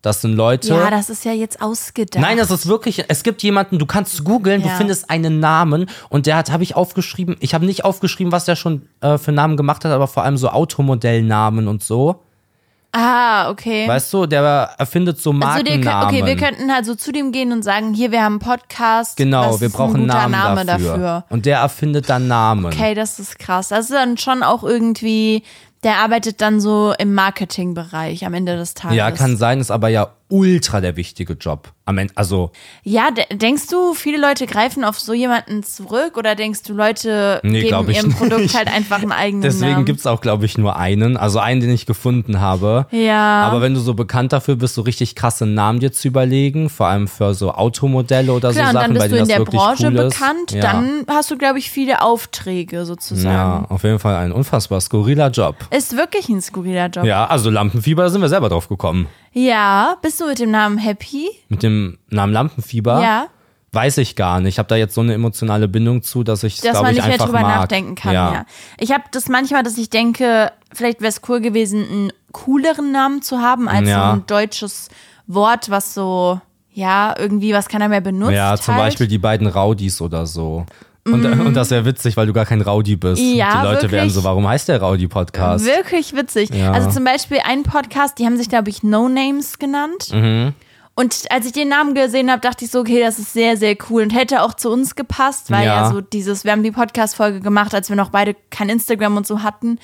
Speaker 2: Das sind Leute.
Speaker 1: Ja, das ist ja jetzt ausgedacht.
Speaker 2: Nein, das ist wirklich, es gibt jemanden, du kannst googeln, du
Speaker 1: Ja.
Speaker 2: findest einen Namen und der hat, habe ich aufgeschrieben, ich habe nicht aufgeschrieben, was der schon äh, für Namen gemacht hat, aber vor allem so Automodellnamen und so.
Speaker 1: Ah, okay.
Speaker 2: Weißt du, der erfindet so
Speaker 1: also wir
Speaker 2: Markennamen.
Speaker 1: können, okay, wir könnten halt so zu dem gehen und sagen, hier, wir haben einen Podcast.
Speaker 2: Genau,
Speaker 1: was
Speaker 2: wir
Speaker 1: ist
Speaker 2: brauchen
Speaker 1: ein
Speaker 2: einen
Speaker 1: guter
Speaker 2: Namen
Speaker 1: Name
Speaker 2: dafür. Und der erfindet dann Namen.
Speaker 1: Okay, das ist krass. Das ist dann schon auch irgendwie, der arbeitet dann so im Marketingbereich am Ende des Tages.
Speaker 2: Ja, kann sein, ist aber ja ultra der wichtige Job. Am Ende, also
Speaker 1: Ja, de denkst du, viele Leute greifen auf so jemanden zurück oder denkst du, Leute
Speaker 2: Nee, glaub
Speaker 1: geben
Speaker 2: ich
Speaker 1: ihrem
Speaker 2: nicht.
Speaker 1: Produkt halt einfach einen eigenen
Speaker 2: deswegen
Speaker 1: Namen?
Speaker 2: gibt's auch, glaube ich, nur einen. Also einen, den ich gefunden habe.
Speaker 1: Ja.
Speaker 2: Aber wenn du so bekannt dafür bist, so richtig krasse Namen dir zu überlegen, vor allem für so Automodelle
Speaker 1: Klar,
Speaker 2: oder so
Speaker 1: und
Speaker 2: Sachen,
Speaker 1: dann
Speaker 2: bei
Speaker 1: bist du
Speaker 2: denen
Speaker 1: in
Speaker 2: das
Speaker 1: der
Speaker 2: wirklich
Speaker 1: Branche
Speaker 2: cool ist.
Speaker 1: bekannt,
Speaker 2: ja.
Speaker 1: dann hast du, glaube ich, viele Aufträge sozusagen.
Speaker 2: Ja, auf jeden Fall ein unfassbar skurriler Job.
Speaker 1: Ist wirklich ein skurriler Job.
Speaker 2: Ja, also Lampenfieber, da sind wir selber drauf gekommen.
Speaker 1: Ja, bist du mit dem Namen happy?
Speaker 2: Mit dem Namen Lampenfieber.
Speaker 1: Ja.
Speaker 2: Weiß ich gar nicht. Ich habe da jetzt so eine emotionale Bindung zu, dass ich
Speaker 1: Dass
Speaker 2: glaube
Speaker 1: man
Speaker 2: ich
Speaker 1: nicht mehr
Speaker 2: einfach
Speaker 1: drüber
Speaker 2: mag.
Speaker 1: nachdenken kann, ja. Ich habe das manchmal, dass ich denke, vielleicht wäre es cool gewesen, einen cooleren Namen zu haben, als
Speaker 2: Ja.
Speaker 1: so ein deutsches Wort, was so, ja, irgendwie, was keiner mehr benutzt.
Speaker 2: Ja, zum
Speaker 1: halt.
Speaker 2: Beispiel die beiden Raudis oder so. Und, und das ist ja witzig, weil du gar kein Rowdy bist.
Speaker 1: Mm. Ja,
Speaker 2: die Leute
Speaker 1: wirklich.
Speaker 2: werden so, warum heißt der Rowdy-Podcast?
Speaker 1: Wirklich witzig.
Speaker 2: Ja.
Speaker 1: Also zum Beispiel einen Podcast, die haben sich, glaube ich, No Names genannt.
Speaker 2: Mhm.
Speaker 1: Und als ich den Namen gesehen habe, dachte ich so, okay, das ist sehr, sehr cool und hätte auch zu uns gepasst, weil ja,
Speaker 2: Ja.
Speaker 1: so dieses, wir haben die Podcast-Folge gemacht, als wir noch beide kein Instagram und so hatten.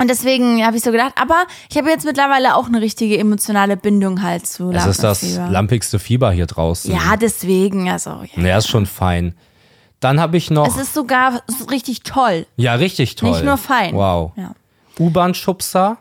Speaker 1: Und deswegen habe ich so gedacht, aber ich habe jetzt mittlerweile auch eine richtige emotionale Bindung halt zu
Speaker 2: Es ist das
Speaker 1: Lampenfieber.
Speaker 2: lampigste Fieber hier draußen.
Speaker 1: Ja, deswegen, also. Ja.
Speaker 2: Ja, ist schon fein. Dann habe ich noch.
Speaker 1: Es ist sogar es ist richtig toll.
Speaker 2: ja, richtig toll.
Speaker 1: Nicht nur fein.
Speaker 2: Wow.
Speaker 1: Ja.
Speaker 2: U-Bahn-Schubser?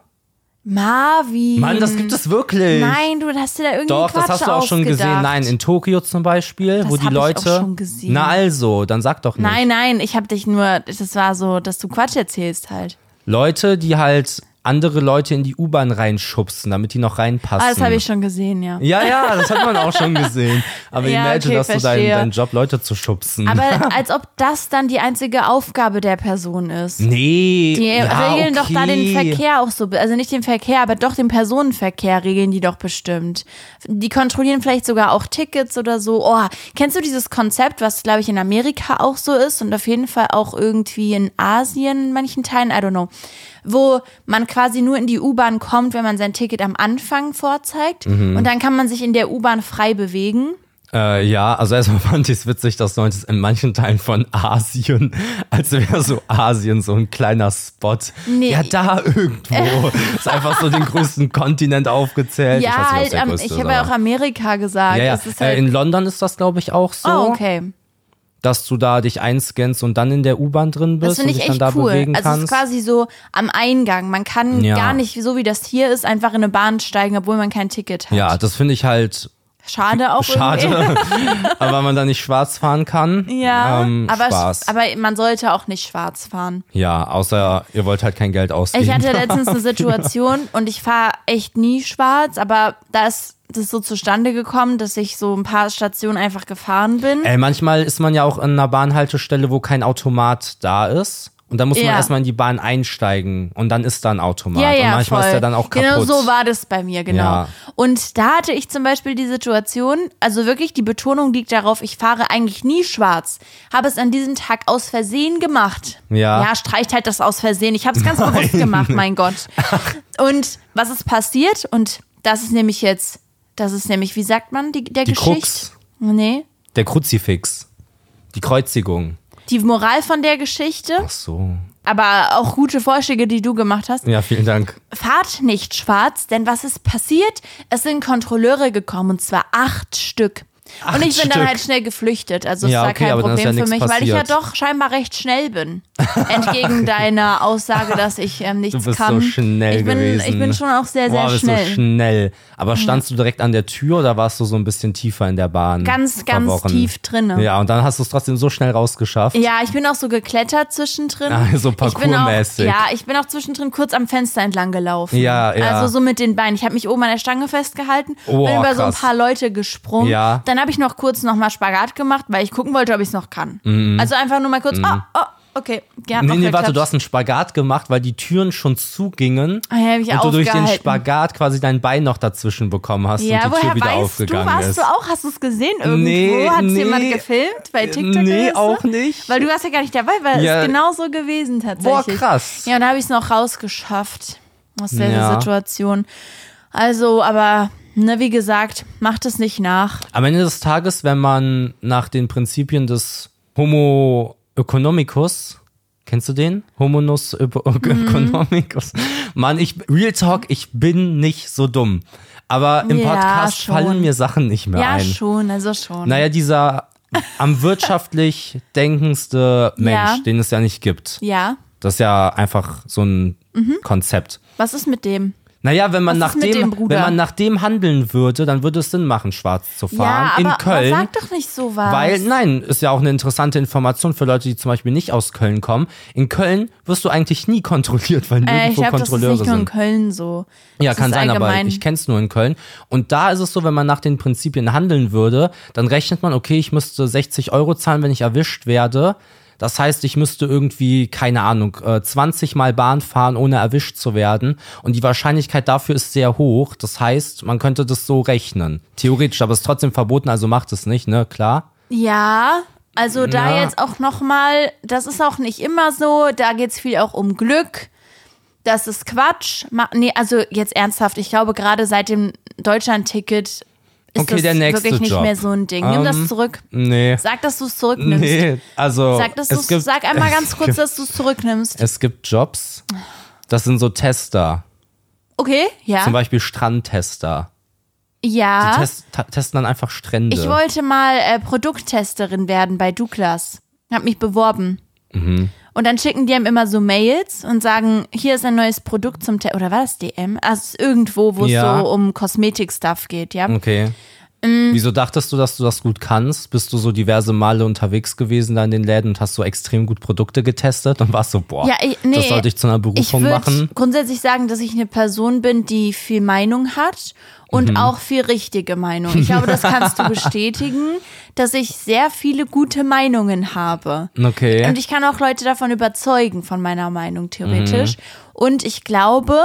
Speaker 1: Marvin.
Speaker 2: Mann, das gibt es wirklich.
Speaker 1: Mm. Nein, du hast dir da irgendwie
Speaker 2: Doch,
Speaker 1: Quatsch
Speaker 2: das hast du auch schon
Speaker 1: ausgedacht.
Speaker 2: gesehen. Nein, in Tokio zum Beispiel, wo die
Speaker 1: hab ich auch
Speaker 2: Leute.
Speaker 1: schon gesehen.
Speaker 2: Na also, dann sag doch nicht.
Speaker 1: Nein, nein, ich habe dich nur, das war so, dass du Quatsch erzählst halt.
Speaker 2: Leute, die halt andere Leute in die U-Bahn reinschubsen, damit die noch reinpassen.
Speaker 1: Ah, das habe ich schon gesehen, ja.
Speaker 2: Hm. Ja, ja, das hat man auch schon gesehen. Aber
Speaker 1: Ja,
Speaker 2: imagine,
Speaker 1: okay,
Speaker 2: dass du deinen
Speaker 1: verstehe.
Speaker 2: deinen Job Leute zu schubsen.
Speaker 1: Aber als ob das dann die einzige Aufgabe der Person ist.
Speaker 2: nee.
Speaker 1: Die
Speaker 2: ja,
Speaker 1: regeln doch da den
Speaker 2: okay.
Speaker 1: Verkehr auch so, be- also nicht den Verkehr, aber doch den Personenverkehr regeln die doch bestimmt. Die kontrollieren vielleicht sogar auch Tickets oder so. Oh, kennst du dieses Konzept, was glaube ich in Amerika auch so ist und auf jeden Fall auch irgendwie in Asien in manchen Teilen, I don't know, wo man quasi nur in die U-Bahn kommt, wenn man sein Ticket am Anfang vorzeigt
Speaker 2: Mhm.
Speaker 1: und dann kann man sich in der U-Bahn frei bewegen.
Speaker 2: Äh, ja, also erstmal fand ich es witzig, dass man das in manchen Teilen von Asien, als wäre so Asien so ein kleiner Spot.
Speaker 1: Nee.
Speaker 2: Ja, da irgendwo. ist einfach so den größten Kontinent aufgezählt.
Speaker 1: ja,
Speaker 2: ich weiß
Speaker 1: halt,
Speaker 2: nicht,
Speaker 1: am-
Speaker 2: ob es der größte
Speaker 1: ich
Speaker 2: ist,
Speaker 1: habe ja
Speaker 2: aber-
Speaker 1: auch Amerika gesagt.
Speaker 2: ja, ja.
Speaker 1: Das ist
Speaker 2: Äh,
Speaker 1: halt,
Speaker 2: in London ist das, glaube ich, auch so,
Speaker 1: oh, okay.
Speaker 2: dass du da dich einscannst und dann in der U-Bahn drin
Speaker 1: Das
Speaker 2: bist und
Speaker 1: finde ich
Speaker 2: dich dann
Speaker 1: echt
Speaker 2: da
Speaker 1: cool.
Speaker 2: bewegen
Speaker 1: Also es ist
Speaker 2: kannst.
Speaker 1: quasi so am Eingang. Man kann
Speaker 2: Ja.
Speaker 1: gar nicht, so wie das hier ist, einfach in eine Bahn steigen, obwohl man kein Ticket hat.
Speaker 2: ja, das finde ich halt
Speaker 1: Schade auch irgendwie.
Speaker 2: schade, aber man da nicht schwarz fahren kann.
Speaker 1: Ja,
Speaker 2: ähm,
Speaker 1: aber,
Speaker 2: Spaß.
Speaker 1: aber man sollte auch nicht schwarz fahren.
Speaker 2: ja, außer ihr wollt halt kein Geld ausgeben.
Speaker 1: Ich hatte letztens eine Situation und ich fahre echt nie schwarz, aber da ist das so zustande gekommen, dass ich so ein paar Stationen einfach gefahren bin.
Speaker 2: Ey, manchmal ist man ja auch an einer Bahnhaltestelle, wo kein Automat da ist. Und dann muss
Speaker 1: Ja.
Speaker 2: man erstmal in die Bahn einsteigen und dann ist da ein Automat.
Speaker 1: Ja, ja,
Speaker 2: und manchmal
Speaker 1: voll.
Speaker 2: ist der dann auch kaputt.
Speaker 1: Genau so war das bei mir, genau.
Speaker 2: Ja.
Speaker 1: Und da hatte ich zum Beispiel die Situation, also wirklich die Betonung liegt darauf, ich fahre eigentlich nie schwarz, habe es an diesem Tag aus Versehen gemacht.
Speaker 2: Ja.
Speaker 1: Ja, streicht halt das aus Versehen. Ich habe es ganz bewusst gemacht, mein Gott. Und was ist passiert? Und das ist nämlich jetzt, das ist nämlich, wie sagt man, die, der
Speaker 2: Die
Speaker 1: Geschichte?
Speaker 2: Krux.
Speaker 1: Nee.
Speaker 2: Der Kruzifix. Die Kreuzigung.
Speaker 1: Die Moral von der Geschichte,
Speaker 2: Ach so.
Speaker 1: aber auch gute Vorschläge, die du gemacht hast.
Speaker 2: Ja, vielen Dank.
Speaker 1: fahrt nicht schwarz, denn was ist passiert? Es sind Kontrolleure gekommen, und zwar acht Stück. und
Speaker 2: Acht
Speaker 1: ich bin dann
Speaker 2: Stück.
Speaker 1: halt schnell geflüchtet. Also es
Speaker 2: Ja,
Speaker 1: war
Speaker 2: okay,
Speaker 1: kein
Speaker 2: aber dann ist
Speaker 1: Problem
Speaker 2: ja
Speaker 1: für mich,
Speaker 2: nichts
Speaker 1: weil ich ja
Speaker 2: passiert.
Speaker 1: doch scheinbar recht schnell bin. Entgegen deiner Aussage, dass ich ähm, nichts
Speaker 2: Du bist
Speaker 1: kann.
Speaker 2: so schnell
Speaker 1: ich bin,
Speaker 2: gewesen.
Speaker 1: Ich bin schon auch sehr, sehr
Speaker 2: Boah, bist
Speaker 1: schnell. Mhm.
Speaker 2: Du schnell. Aber standst du direkt an der Tür oder warst du so ein bisschen tiefer in der Bahn?
Speaker 1: Ganz, ganz
Speaker 2: verworren?
Speaker 1: tief drinne.
Speaker 2: Ja, und dann hast du es trotzdem so schnell rausgeschafft.
Speaker 1: Ja, ich bin auch so geklettert zwischendrin.
Speaker 2: Ah, so
Speaker 1: Ich bin auch-
Speaker 2: parkourmäßig.
Speaker 1: Ja, ich bin auch zwischendrin kurz am Fenster entlang gelaufen.
Speaker 2: Ja, ja.
Speaker 1: Also so mit den Beinen. Ich habe mich oben an der Stange festgehalten,
Speaker 2: Oh,
Speaker 1: bin über so ein
Speaker 2: krass.
Speaker 1: paar Leute gesprungen.
Speaker 2: Ja.
Speaker 1: Dann habe ich noch kurz nochmal Spagat gemacht, weil ich gucken wollte, ob ich es noch kann. Also einfach nur mal kurz, oh, oh, okay. Ja,
Speaker 2: Mhm. Nee,
Speaker 1: noch
Speaker 2: nee, warte,
Speaker 1: geklappt.
Speaker 2: du hast einen Spagat gemacht, weil die Türen schon zugingen.
Speaker 1: Ah, ja, hab ich
Speaker 2: und du durch den
Speaker 1: aufgehalten.
Speaker 2: Spagat quasi dein Bein noch dazwischen bekommen hast
Speaker 1: ja,
Speaker 2: und die Tür
Speaker 1: woher
Speaker 2: wieder
Speaker 1: weißt du,
Speaker 2: aufgegangen
Speaker 1: warst
Speaker 2: ist.
Speaker 1: du auch? Hast du es gesehen irgendwo?
Speaker 2: Nee,
Speaker 1: Hat
Speaker 2: nee. Äh,
Speaker 1: jemand gefilmt bei TikTok?
Speaker 2: nee,
Speaker 1: oder so?
Speaker 2: auch nicht.
Speaker 1: Weil du warst ja gar nicht dabei, weil
Speaker 2: Ja.
Speaker 1: es genau so gewesen tatsächlich.
Speaker 2: Boah, krass.
Speaker 1: Ja, und da habe ich es noch rausgeschafft aus der
Speaker 2: Ja.
Speaker 1: Situation. Also, aber, ne, wie gesagt, macht es nicht nach.
Speaker 2: Am Ende des Tages, wenn man nach den Prinzipien des Homo economicus, kennst du den? Homonus öpo-
Speaker 1: Mhm.
Speaker 2: economicus. Mann, ich, Real Talk, ich bin nicht so dumm. Aber im
Speaker 1: Ja,
Speaker 2: Podcast
Speaker 1: schon.
Speaker 2: fallen mir Sachen nicht mehr
Speaker 1: Ja,
Speaker 2: ein.
Speaker 1: schon, also schon.
Speaker 2: Naja, dieser am wirtschaftlich denkendste Mensch,
Speaker 1: Ja.
Speaker 2: den es ja nicht gibt.
Speaker 1: Ja,
Speaker 2: Das ist ja einfach so ein Konzept.
Speaker 1: was ist mit dem?
Speaker 2: Naja, wenn man,
Speaker 1: Mhm. Was
Speaker 2: nach
Speaker 1: ist mit dem
Speaker 2: dem,
Speaker 1: Bruder?
Speaker 2: wenn man nach dem handeln würde, dann würde es Sinn machen, schwarz zu fahren
Speaker 1: ja, aber
Speaker 2: in Köln.
Speaker 1: aber sag doch nicht so was.
Speaker 2: Weil, nein, ist ja auch eine interessante Information für Leute, die zum Beispiel nicht aus Köln kommen. In Köln wirst du eigentlich nie kontrolliert, weil
Speaker 1: äh, ich
Speaker 2: nirgendwo
Speaker 1: glaube, das ist
Speaker 2: Kontrolleure
Speaker 1: nicht nur in
Speaker 2: sind.
Speaker 1: Köln so.
Speaker 2: Ja,
Speaker 1: Das
Speaker 2: kann
Speaker 1: ist
Speaker 2: sein, aber
Speaker 1: allgemein.
Speaker 2: ich kenne es nur in Köln. Und da ist es so, wenn man nach den Prinzipien handeln würde, dann rechnet man, okay, ich müsste 60 Euro zahlen, wenn ich erwischt werde. Das heißt, ich müsste irgendwie, keine Ahnung, äh, 20 Mal Bahn fahren, ohne erwischt zu werden. Und die Wahrscheinlichkeit dafür ist sehr hoch. Das heißt, man könnte das so rechnen. Theoretisch, aber es ist trotzdem verboten, also macht es nicht, ne? Klar.
Speaker 1: Ja, Also da
Speaker 2: Na.
Speaker 1: jetzt auch nochmal, das ist auch nicht immer so, da geht es viel auch um Glück. Das ist Quatsch. Ma nee, also jetzt ernsthaft, ich glaube gerade seit dem Deutschland-Ticket ist
Speaker 2: Okay,
Speaker 1: das
Speaker 2: der nächste
Speaker 1: wirklich nicht
Speaker 2: Job.
Speaker 1: mehr so ein Ding. Nimm das zurück.
Speaker 2: Nee.
Speaker 1: Sag, dass du es zurücknimmst.
Speaker 2: Nee, also.
Speaker 1: Sag, dass
Speaker 2: es
Speaker 1: du's,
Speaker 2: gibt-
Speaker 1: sag einmal ganz
Speaker 2: es
Speaker 1: kurz,
Speaker 2: Gibt,
Speaker 1: dass du es zurücknimmst.
Speaker 2: es gibt Jobs, das sind so Tester.
Speaker 1: Okay, ja.
Speaker 2: Zum Beispiel Strandtester. Die
Speaker 1: ja.
Speaker 2: test, ta- testen dann einfach Strände.
Speaker 1: Ich wollte mal äh, Produkttesterin werden bei Douglas. Hab mich beworben.
Speaker 2: Mhm.
Speaker 1: Und dann schicken die einem immer so Mails und sagen, hier ist ein neues Produkt zum Te Oder war das DM? Also es ist irgendwo, wo es
Speaker 2: Ja.
Speaker 1: so um Kosmetik-Stuff geht, ja.
Speaker 2: okay.
Speaker 1: Mm.
Speaker 2: Wieso dachtest du, dass du das gut kannst? Bist du so diverse Male unterwegs gewesen da in den Läden und hast so extrem gut Produkte getestet und warst so, boah,
Speaker 1: Ja, ich- nee,
Speaker 2: das sollte ich zu einer
Speaker 1: Ich
Speaker 2: Berufung
Speaker 1: würde
Speaker 2: machen?
Speaker 1: grundsätzlich sagen, dass ich eine Person bin, die viel Meinung hat und
Speaker 2: Mhm.
Speaker 1: auch viel richtige Meinung. Ich glaube, das kannst du bestätigen, dass ich sehr viele gute Meinungen habe.
Speaker 2: Okay.
Speaker 1: Und ich kann auch Leute davon überzeugen, von meiner Meinung theoretisch.
Speaker 2: Mhm.
Speaker 1: Und ich glaube,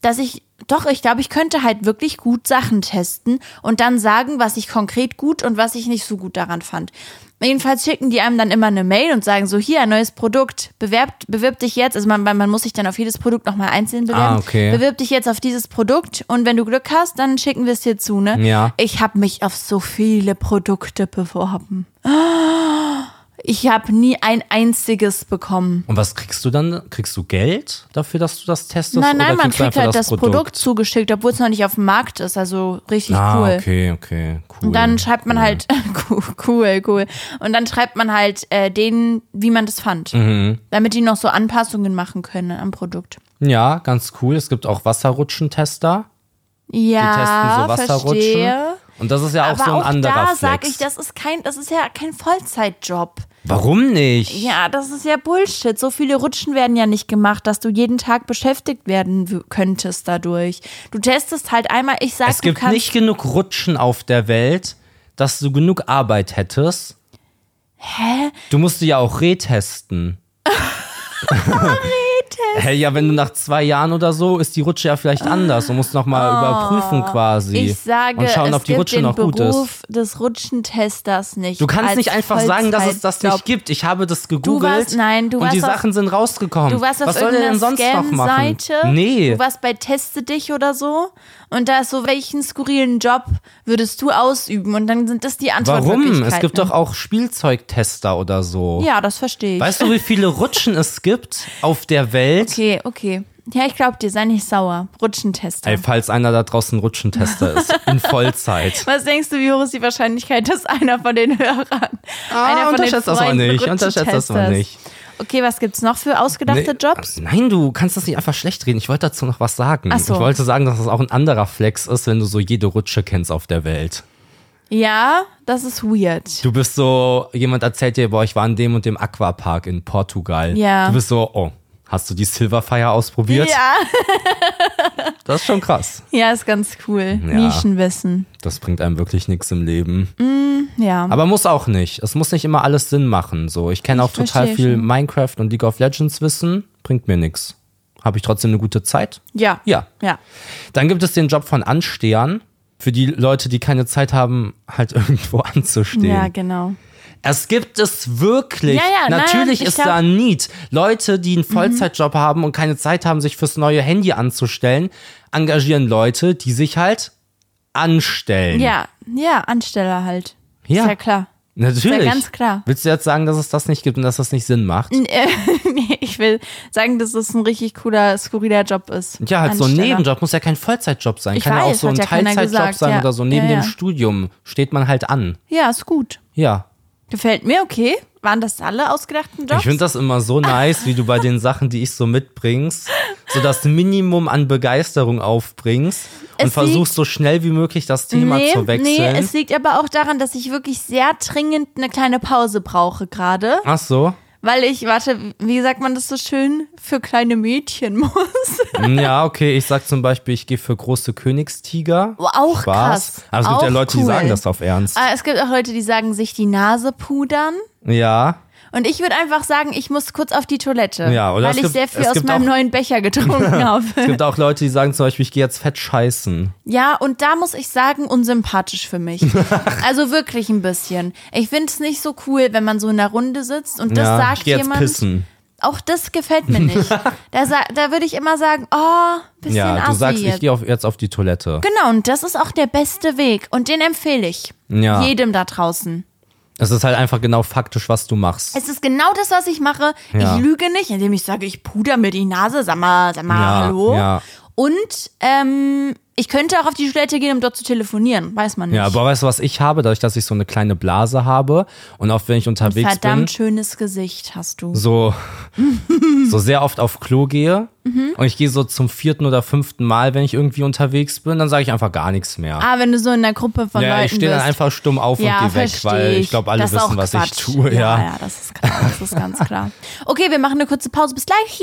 Speaker 1: dass ich, doch, ich glaube, ich könnte halt wirklich gut Sachen testen und dann sagen, was ich konkret gut und was ich nicht so gut daran fand. Jedenfalls schicken die einem dann immer eine Mail und sagen so, hier, ein neues Produkt, bewerbt, bewirb dich jetzt. Also man, man man muss sich dann auf jedes Produkt nochmal einzeln bewerben.
Speaker 2: Ah, okay.
Speaker 1: Bewirb dich jetzt auf dieses Produkt und wenn du Glück hast, dann schicken wir es dir zu, ne?
Speaker 2: Ja.
Speaker 1: Ich habe mich auf so viele Produkte beworben. Ich habe nie ein einziges bekommen.
Speaker 2: und was kriegst du dann? Kriegst du Geld dafür, dass du das testest?
Speaker 1: nein, nein,
Speaker 2: oder
Speaker 1: man
Speaker 2: kriegst du
Speaker 1: kriegt
Speaker 2: einfach
Speaker 1: halt das Produkt, zugeschickt, obwohl es noch nicht auf dem Markt ist. Also richtig
Speaker 2: Ah,
Speaker 1: cool.
Speaker 2: okay, okay, cool.
Speaker 1: Und dann schreibt man halt, cool, cool, cool. Und dann schreibt man halt äh, denen, wie man das fand.
Speaker 2: Mhm.
Speaker 1: Damit die noch so Anpassungen machen können am Produkt.
Speaker 2: Ja, ganz cool. Es gibt auch Wasserrutschentester. Die testen
Speaker 1: Ja,
Speaker 2: so Wasserrutschen.
Speaker 1: Ah, verstehe.
Speaker 2: Und das ist ja auch
Speaker 1: Aber
Speaker 2: so ein
Speaker 1: auch
Speaker 2: anderer
Speaker 1: da
Speaker 2: Flex.
Speaker 1: sage ich, das ist kein, das ist ja kein Vollzeitjob.
Speaker 2: Warum nicht?
Speaker 1: Ja, das ist ja Bullshit. So viele Rutschen werden ja nicht gemacht, dass du jeden Tag beschäftigt werden w- könntest dadurch. Du testest halt einmal, ich sag,
Speaker 2: es gibt
Speaker 1: du kannst.
Speaker 2: nicht genug Rutschen auf der Welt, dass du genug Arbeit hättest.
Speaker 1: hä?
Speaker 2: Du musst die ja auch retesten. Retesten? Hey, ja, wenn du nach zwei Jahren oder so, ist die Rutsche ja vielleicht anders und musst nochmal überprüfen quasi.
Speaker 1: Oh, Ich sage,
Speaker 2: und schauen,
Speaker 1: es
Speaker 2: ob die
Speaker 1: gibt
Speaker 2: Rutsche
Speaker 1: den
Speaker 2: noch gut ist.
Speaker 1: Beruf des Rutschentesters nicht.
Speaker 2: Du kannst
Speaker 1: als
Speaker 2: nicht einfach sagen, dass es das nicht
Speaker 1: Vollzeitjob.
Speaker 2: gibt. Ich habe das
Speaker 1: Du
Speaker 2: gegoogelt
Speaker 1: warst- nein, du
Speaker 2: und die
Speaker 1: warst auf-
Speaker 2: Sachen sind rausgekommen.
Speaker 1: Du warst auf
Speaker 2: Was soll der denn
Speaker 1: irgendeiner
Speaker 2: sonst noch machen?
Speaker 1: Scam-Seite.
Speaker 2: Nee,
Speaker 1: Du warst bei Teste dich oder so. Und da ist so, welchen skurrilen Job würdest du ausüben? Und dann sind das die Antwortmöglichkeiten.
Speaker 2: warum? Es gibt doch auch Spielzeugtester oder so.
Speaker 1: Ja, das verstehe ich.
Speaker 2: Weißt du, wie viele Rutschen es gibt auf der Welt?
Speaker 1: Okay, okay. Ja, ich glaub dir, sei nicht sauer. Rutschentester.
Speaker 2: Ey, falls einer da draußen Rutschentester ist, in Vollzeit.
Speaker 1: Was denkst du, wie hoch ist die Wahrscheinlichkeit, dass einer von den Hörern, einer von den
Speaker 2: Ah, unterschätzt das mal
Speaker 1: Freunden
Speaker 2: nicht, unterschätzt das mal
Speaker 1: Rutschentesters?
Speaker 2: nicht.
Speaker 1: Okay, was gibt's noch für ausgedachte
Speaker 2: Nee,
Speaker 1: Jobs?
Speaker 2: Nein, du kannst das nicht einfach schlecht reden. Ich wollte dazu noch was sagen.
Speaker 1: Ach so.
Speaker 2: Ich wollte sagen, dass das auch ein anderer Flex ist, wenn du so jede Rutsche kennst auf der Welt. äh,
Speaker 1: Ja, das ist weird.
Speaker 2: Du bist so, jemand erzählt dir, boah, ich war in dem und dem Aquapark in Portugal.
Speaker 1: Ja.
Speaker 2: Du bist so, oh, hast du die Silverfire ausprobiert?
Speaker 1: Ja,
Speaker 2: Das ist schon krass.
Speaker 1: ja, ist ganz cool.
Speaker 2: Ja.
Speaker 1: Nischenwissen.
Speaker 2: Das bringt einem wirklich nichts im Leben.
Speaker 1: Mhm. Ja.
Speaker 2: Aber muss auch nicht. Es muss nicht immer alles Sinn machen. So, ich kenne auch total
Speaker 1: verstehe
Speaker 2: viel
Speaker 1: schon.
Speaker 2: Minecraft und League of Legends Wissen. Bringt mir nichts. Habe ich trotzdem eine gute Zeit?
Speaker 1: ja.
Speaker 2: Ja.
Speaker 1: Ja.
Speaker 2: Dann gibt es den Job von Anstehern. Für die Leute, die keine Zeit haben, halt irgendwo anzustehen.
Speaker 1: Ja, genau.
Speaker 2: Es gibt es wirklich.
Speaker 1: Ja, ja, nein,
Speaker 2: Natürlich
Speaker 1: ich
Speaker 2: ist
Speaker 1: glaub-
Speaker 2: da ein Need. Leute, die einen Vollzeitjob haben und keine Zeit haben, sich fürs neue Handy anzustellen, engagieren Leute, die sich halt anstellen.
Speaker 1: Ja, ja, Ansteller halt.
Speaker 2: Ja.
Speaker 1: Ist ja klar.
Speaker 2: Natürlich.
Speaker 1: Ist ja ganz klar. Mhm.
Speaker 2: Willst du jetzt sagen, dass es das nicht gibt und dass das nicht Sinn macht?
Speaker 1: äh, Nee, ich will sagen, dass es ein richtig cooler, skurriler Job ist.
Speaker 2: Ja, halt so ein
Speaker 1: Ansteller.
Speaker 2: Nebenjob muss ja kein Vollzeitjob sein.
Speaker 1: Ich
Speaker 2: Kann ja auch
Speaker 1: weiß,
Speaker 2: so ein
Speaker 1: hat ja keiner
Speaker 2: Teilzeitjob
Speaker 1: gesagt,
Speaker 2: sein
Speaker 1: ja.
Speaker 2: oder so. Neben
Speaker 1: Ja, ja.
Speaker 2: dem Studium steht man halt an.
Speaker 1: Ja, ist gut.
Speaker 2: Ja.
Speaker 1: Gefällt mir, okay. Waren das alle ausgedachten Jobs?
Speaker 2: Ich finde das immer so nice, wie du bei den Sachen, die ich so mitbringst, so das Minimum an Begeisterung aufbringst und
Speaker 1: Es
Speaker 2: versuchst so schnell wie möglich das Thema zu
Speaker 1: Nee,
Speaker 2: wechseln.
Speaker 1: es liegt aber auch daran, dass ich wirklich sehr dringend eine kleine Pause brauche gerade,
Speaker 2: Ach so.
Speaker 1: weil ich, warte, wie sagt man das so schön, für kleine Mädchen muss.
Speaker 2: Hm, Ja, okay. Ich sag zum Beispiel, ich gehe für große Königstiger.
Speaker 1: Wow, auch
Speaker 2: Spaß.
Speaker 1: krass.
Speaker 2: Aber es gibt ja
Speaker 1: Auch
Speaker 2: Leute,
Speaker 1: cool.
Speaker 2: die sagen das auf Ernst.
Speaker 1: Ah, Es gibt auch Leute, die sagen, sich die Nase pudern.
Speaker 2: Ja.
Speaker 1: Und ich würde einfach sagen, ich muss kurz auf die Toilette,
Speaker 2: Ja, oder
Speaker 1: weil
Speaker 2: es
Speaker 1: ich
Speaker 2: gibt-
Speaker 1: sehr viel
Speaker 2: es
Speaker 1: aus
Speaker 2: gibt
Speaker 1: meinem
Speaker 2: auch-
Speaker 1: neuen Becher getrunken
Speaker 2: Es
Speaker 1: habe.
Speaker 2: gibt auch Leute, die sagen zum Beispiel, ich gehe jetzt fett scheißen.
Speaker 1: Ja, und da muss ich sagen, unsympathisch für mich. also wirklich ein bisschen. Ich finde es nicht so cool, wenn man so in der Runde sitzt und das
Speaker 2: ja,
Speaker 1: sagt
Speaker 2: ich gehe jetzt
Speaker 1: jemand.
Speaker 2: pissen.
Speaker 1: Auch das gefällt mir nicht. da sa- da würde ich immer sagen, oh, bisschen
Speaker 2: Ja, du
Speaker 1: assi
Speaker 2: sagst, ich
Speaker 1: jetzt.
Speaker 2: gehe auf, jetzt auf die Toilette.
Speaker 1: Genau, und das ist auch der beste Weg. Und den empfehle ich.
Speaker 2: Ja.
Speaker 1: Jedem da draußen.
Speaker 2: Es ist halt einfach genau faktisch, was du machst.
Speaker 1: Es ist genau das, was ich mache.
Speaker 2: Ja.
Speaker 1: Ich lüge nicht, indem ich sage, ich puder mir die Nase. Sag mal, sag mal,
Speaker 2: Ja,
Speaker 1: hallo.
Speaker 2: ja.
Speaker 1: Und ähm, ich könnte auch auf die Toilette gehen, um dort zu telefonieren. Weiß man nicht.
Speaker 2: Ja, aber weißt du, was ich habe? Dadurch, dass ich so eine kleine Blase habe und auch wenn ich unterwegs
Speaker 1: Verdammt
Speaker 2: bin,
Speaker 1: schönes Gesicht hast du.
Speaker 2: so, so sehr oft auf Klo gehe
Speaker 1: Mhm.
Speaker 2: und ich gehe so zum vierten oder fünften Mal, wenn ich irgendwie unterwegs bin, dann sage ich einfach gar nichts mehr.
Speaker 1: Ah, wenn du so in einer Gruppe von
Speaker 2: ja,
Speaker 1: Leuten
Speaker 2: ich stehe dann
Speaker 1: bist.
Speaker 2: einfach stumm auf
Speaker 1: ja,
Speaker 2: und gehe weg,
Speaker 1: verstehe
Speaker 2: weil ich glaube, alle
Speaker 1: das ist
Speaker 2: wissen,
Speaker 1: auch
Speaker 2: was ich
Speaker 1: Quatsch.
Speaker 2: tue.
Speaker 1: Ja, ja, das ist klar, das ist ganz klar. Okay, wir machen eine kurze Pause. Bis gleich.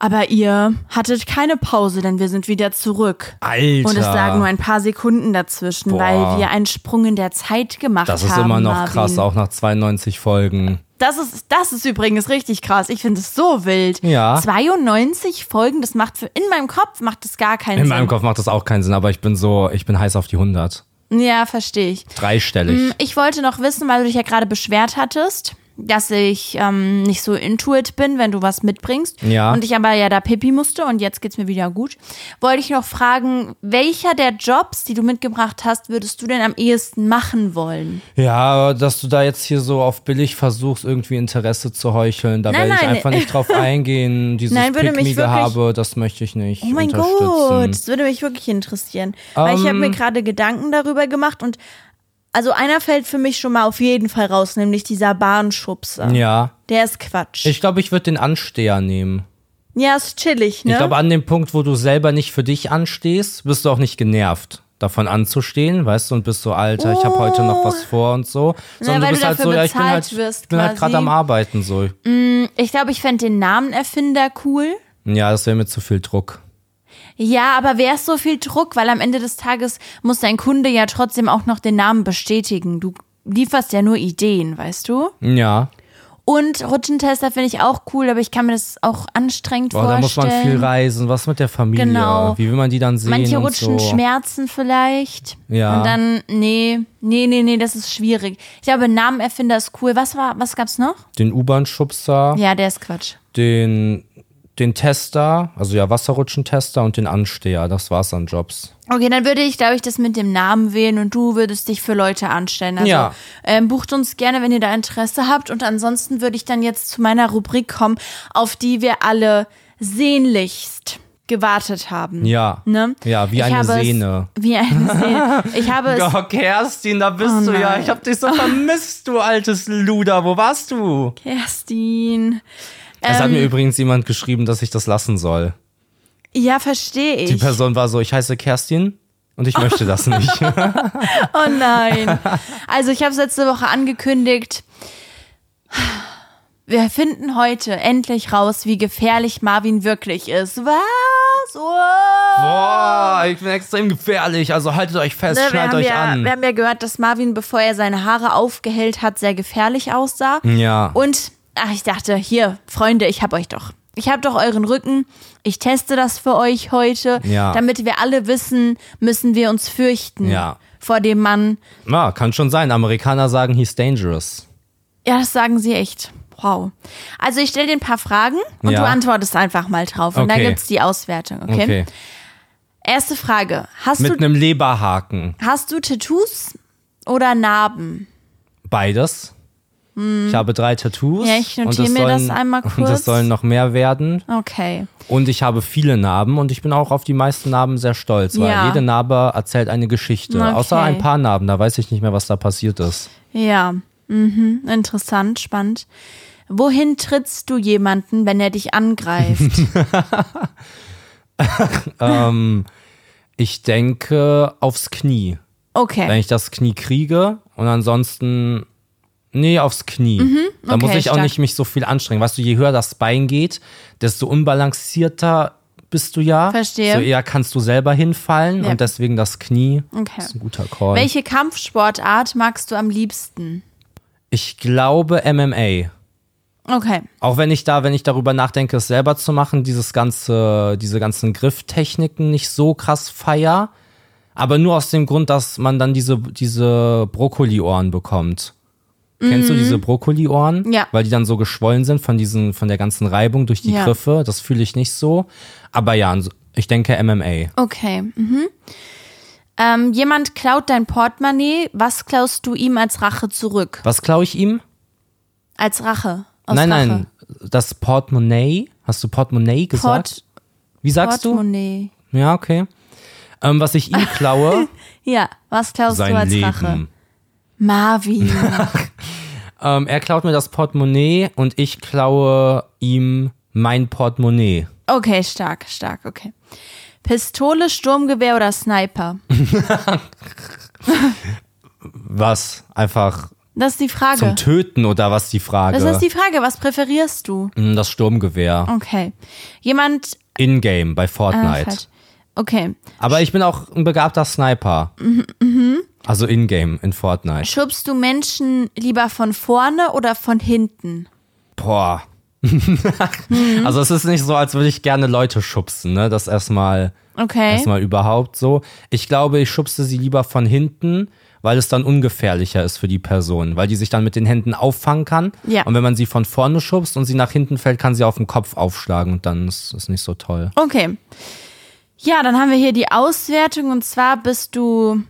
Speaker 1: Aber ihr hattet keine Pause, denn wir sind wieder zurück.
Speaker 2: Alter.
Speaker 1: Und es lagen nur ein paar Sekunden dazwischen,
Speaker 2: Boah.
Speaker 1: weil wir einen Sprung in der Zeit gemacht
Speaker 2: das
Speaker 1: haben.
Speaker 2: ist immer noch
Speaker 1: Marvin.
Speaker 2: krass, auch nach 92 Folgen.
Speaker 1: Das ist, das ist übrigens richtig krass. Ich finde es so wild.
Speaker 2: Ja.
Speaker 1: 92 Folgen, das macht für, in meinem Kopf macht das gar keinen
Speaker 2: In
Speaker 1: Sinn.
Speaker 2: meinem Kopf macht das auch keinen Sinn, aber ich bin so, ich bin heiß auf die 100.
Speaker 1: Ja, verstehe ich.
Speaker 2: Dreistellig.
Speaker 1: Mm, Ich wollte noch wissen, weil du dich ja gerade beschwert hattest, dass ich ähm, nicht so intuit bin, wenn du was mitbringst.
Speaker 2: Ja.
Speaker 1: Und ich aber ja da pipi musste und jetzt geht's mir wieder gut. Wollte ich noch fragen, welcher der Jobs, die du mitgebracht hast, würdest du denn am ehesten machen wollen?
Speaker 2: Ja, dass du da jetzt hier so auf billig versuchst, irgendwie Interesse zu heucheln, da
Speaker 1: Nein,
Speaker 2: werde ich
Speaker 1: nein.
Speaker 2: einfach nicht drauf eingehen. Dieses
Speaker 1: Nein, würde mich
Speaker 2: Pickmige
Speaker 1: wirklich-
Speaker 2: habe, das möchte ich nicht.
Speaker 1: Oh mein Gott,
Speaker 2: unterstützen. Ähm.
Speaker 1: das würde mich wirklich interessieren. weil ich habe mir gerade Gedanken darüber gemacht und also einer fällt für mich schon mal auf jeden Fall raus, nämlich dieser Bahnschubser.
Speaker 2: Ja.
Speaker 1: Der ist Quatsch.
Speaker 2: Ich glaube, ich würde den Ansteher nehmen.
Speaker 1: ja, ist chillig, ne?
Speaker 2: Ich glaube, an dem Punkt, wo du selber nicht für dich anstehst, bist du auch nicht genervt davon anzustehen, weißt du, und bist so, Alter, ich habe heute noch was vor und so. Sondern
Speaker 1: Oh. weil
Speaker 2: du
Speaker 1: du
Speaker 2: bist halt so,
Speaker 1: dafür
Speaker 2: ja, ich bin
Speaker 1: bezahlt
Speaker 2: halt,
Speaker 1: wirst,
Speaker 2: bin halt
Speaker 1: quasi.
Speaker 2: gerade am Arbeiten so.
Speaker 1: Ich glaube, ich fände den Namen Erfinder cool.
Speaker 2: Ja, das wäre mir zu viel Druck.
Speaker 1: Ja, aber wäre es so viel Druck, weil am Ende des Tages muss dein Kunde ja trotzdem auch noch den Namen bestätigen. Du lieferst ja nur Ideen, weißt du?
Speaker 2: Ja.
Speaker 1: Und Rutschentester finde ich auch cool, aber ich kann mir das auch anstrengend
Speaker 2: Boah, da muss
Speaker 1: vorstellen.
Speaker 2: man viel reisen. Was mit der Familie?
Speaker 1: Genau.
Speaker 2: Wie will man die dann sehen?
Speaker 1: Manche
Speaker 2: und
Speaker 1: rutschen
Speaker 2: so?
Speaker 1: Schmerzen vielleicht.
Speaker 2: Ja.
Speaker 1: Und dann, nee, nee, nee, nee, das ist schwierig. Ich glaube, Namenerfinder ist cool. Was war, was gab's noch?
Speaker 2: Den U-Bahn-Schubser,
Speaker 1: Ja, der ist Quatsch.
Speaker 2: den, den Tester, also ja, Wasserrutschentester und den Ansteher. Das war's an Jobs.
Speaker 1: Okay, dann würde ich, glaube ich, das mit dem Namen wählen und du würdest dich für Leute anstellen. Also
Speaker 2: Ja.
Speaker 1: ähm, bucht uns gerne, wenn ihr da Interesse habt. Und ansonsten würde ich dann jetzt zu meiner Rubrik kommen, auf die wir alle sehnlichst gewartet haben.
Speaker 2: Ja.
Speaker 1: Ne?
Speaker 2: Ja, wie
Speaker 1: Ich
Speaker 2: eine
Speaker 1: habe es-
Speaker 2: Sehne.
Speaker 1: Wie eine Sehne. Ich habe es Oh
Speaker 2: Oh, Kerstin, da bist du ja. Ich hab dich so vermisst, du altes Luder. Wo warst du?
Speaker 1: Kerstin.
Speaker 2: Es
Speaker 1: Ähm.
Speaker 2: hat mir übrigens jemand geschrieben, dass ich das lassen soll.
Speaker 1: Ja, verstehe ich.
Speaker 2: Die Person war so, ich heiße Kerstin und ich möchte das nicht.
Speaker 1: Oh nein. Also ich habe es letzte Woche angekündigt. Wir finden heute endlich raus, wie gefährlich Marvin wirklich ist. Was? Wow.
Speaker 2: Boah, ich bin extrem gefährlich. Also haltet euch fest,
Speaker 1: Ne, wir,
Speaker 2: schnallt
Speaker 1: haben
Speaker 2: euch
Speaker 1: ja,
Speaker 2: an.
Speaker 1: wir haben ja gehört, dass Marvin, bevor er seine Haare aufgehellt hat, sehr gefährlich aussah.
Speaker 2: Ja.
Speaker 1: Und ach, ich dachte, hier, Freunde, ich hab euch doch. Ich hab doch euren Rücken. Ich teste das für euch heute.
Speaker 2: Ja.
Speaker 1: Damit wir alle wissen, müssen wir uns fürchten
Speaker 2: Ja.
Speaker 1: vor dem Mann.
Speaker 2: Ja, kann schon sein. Amerikaner sagen, he's dangerous.
Speaker 1: Ja, das sagen sie echt. Wow. Also ich stelle dir ein paar Fragen und
Speaker 2: Ja.
Speaker 1: du antwortest einfach mal drauf. Und dann
Speaker 2: Okay.
Speaker 1: gibt's die Auswertung, okay?
Speaker 2: Okay.
Speaker 1: Erste Frage. Hast
Speaker 2: Mit ne-
Speaker 1: du,
Speaker 2: einem Leberhaken.
Speaker 1: hast du Tattoos oder Narben?
Speaker 2: Beides. Ich habe drei Tattoos.
Speaker 1: Ja, ich
Speaker 2: und
Speaker 1: notiere
Speaker 2: es
Speaker 1: mir das
Speaker 2: sollen-
Speaker 1: einmal
Speaker 2: Und
Speaker 1: kurz.
Speaker 2: es sollen noch mehr werden.
Speaker 1: Okay.
Speaker 2: Und ich habe viele Narben und ich bin auch auf die meisten Narben sehr stolz, weil
Speaker 1: Ja.
Speaker 2: jede Narbe erzählt eine Geschichte.
Speaker 1: Okay.
Speaker 2: Außer ein paar Narben, da weiß ich nicht mehr, was da passiert ist.
Speaker 1: Ja. Mhm. Interessant, spannend. Wohin trittst du jemanden, wenn er dich angreift?
Speaker 2: Ich denke aufs Knie. Wenn
Speaker 1: Okay.
Speaker 2: ich das Knie kriege und ansonsten. Nee, aufs Knie. da muss
Speaker 1: Mhm, okay,
Speaker 2: ich auch
Speaker 1: stark.
Speaker 2: nicht mich so viel anstrengen. Weißt du, je höher das Bein geht, desto unbalancierter bist du ja.
Speaker 1: Verstehe.
Speaker 2: So eher kannst du selber hinfallen
Speaker 1: Ja.
Speaker 2: und deswegen das Knie
Speaker 1: Okay.
Speaker 2: ist ein guter Call.
Speaker 1: Welche Kampfsportart magst du am liebsten?
Speaker 2: Ich glaube MMA.
Speaker 1: Okay.
Speaker 2: Auch wenn ich da, wenn ich darüber nachdenke, es selber zu machen, dieses ganze, diese ganzen Grifftechniken nicht so krass feier. Aber nur aus dem Grund, dass man dann diese, diese Brokkoli-Ohren bekommt. Kennst du diese Brokkoli-Ohren?
Speaker 1: Mhm. Ja.
Speaker 2: Weil die dann so geschwollen sind von diesen, von der ganzen Reibung durch die
Speaker 1: Ja.
Speaker 2: Griffe. Das fühle ich nicht so. Aber ja, ans- ich denke MMA.
Speaker 1: Okay. Mhm. Ähm, jemand klaut dein Portemonnaie. Was klaust du ihm als Rache zurück?
Speaker 2: Was klaue ich ihm?
Speaker 1: Als Rache. Aus
Speaker 2: nein,
Speaker 1: Rache.
Speaker 2: nein. Das Portemonnaie. Hast du Portemonnaie gesagt?
Speaker 1: Port
Speaker 2: Wie sagst
Speaker 1: Portemonnaie.
Speaker 2: du? Ja, okay. Ähm, was ich ihm klaue,
Speaker 1: Ja, was klaust du
Speaker 2: sein
Speaker 1: als
Speaker 2: Leben.
Speaker 1: Rache? Marvin.
Speaker 2: Ähm, er klaut mir das Portemonnaie und ich klaue ihm mein Portemonnaie.
Speaker 1: Okay, stark, stark, okay. Pistole, Sturmgewehr oder Sniper?
Speaker 2: Was? Einfach
Speaker 1: Das ist die
Speaker 2: zum
Speaker 1: Frage.
Speaker 2: Töten oder was die Frage?
Speaker 1: Das ist die Frage. Was präferierst du?
Speaker 2: Hm, das Sturmgewehr.
Speaker 1: Okay. Jemand.
Speaker 2: In-game bei
Speaker 1: Ah,
Speaker 2: Fortnite.
Speaker 1: falsch. okay.
Speaker 2: Aber ich bin auch ein begabter Sniper.
Speaker 1: Mhm,
Speaker 2: Also in-game in Fortnite.
Speaker 1: Schubst du Menschen lieber von vorne oder von hinten?
Speaker 2: Boah.
Speaker 1: Mhm.
Speaker 2: also es ist nicht so, als würde ich gerne Leute schubsen, ne? Das erstmal
Speaker 1: Okay.
Speaker 2: erstmal überhaupt so. Ich glaube, ich schubse sie lieber von hinten, weil es dann ungefährlicher ist für die Person, weil die sich dann mit den Händen auffangen kann.
Speaker 1: Ja.
Speaker 2: Und wenn man sie von vorne schubst und sie nach hinten fällt, kann sie auf den Kopf aufschlagen und dann ist es nicht so toll.
Speaker 1: Okay. Ja, dann haben wir hier die Auswertung und zwar bist du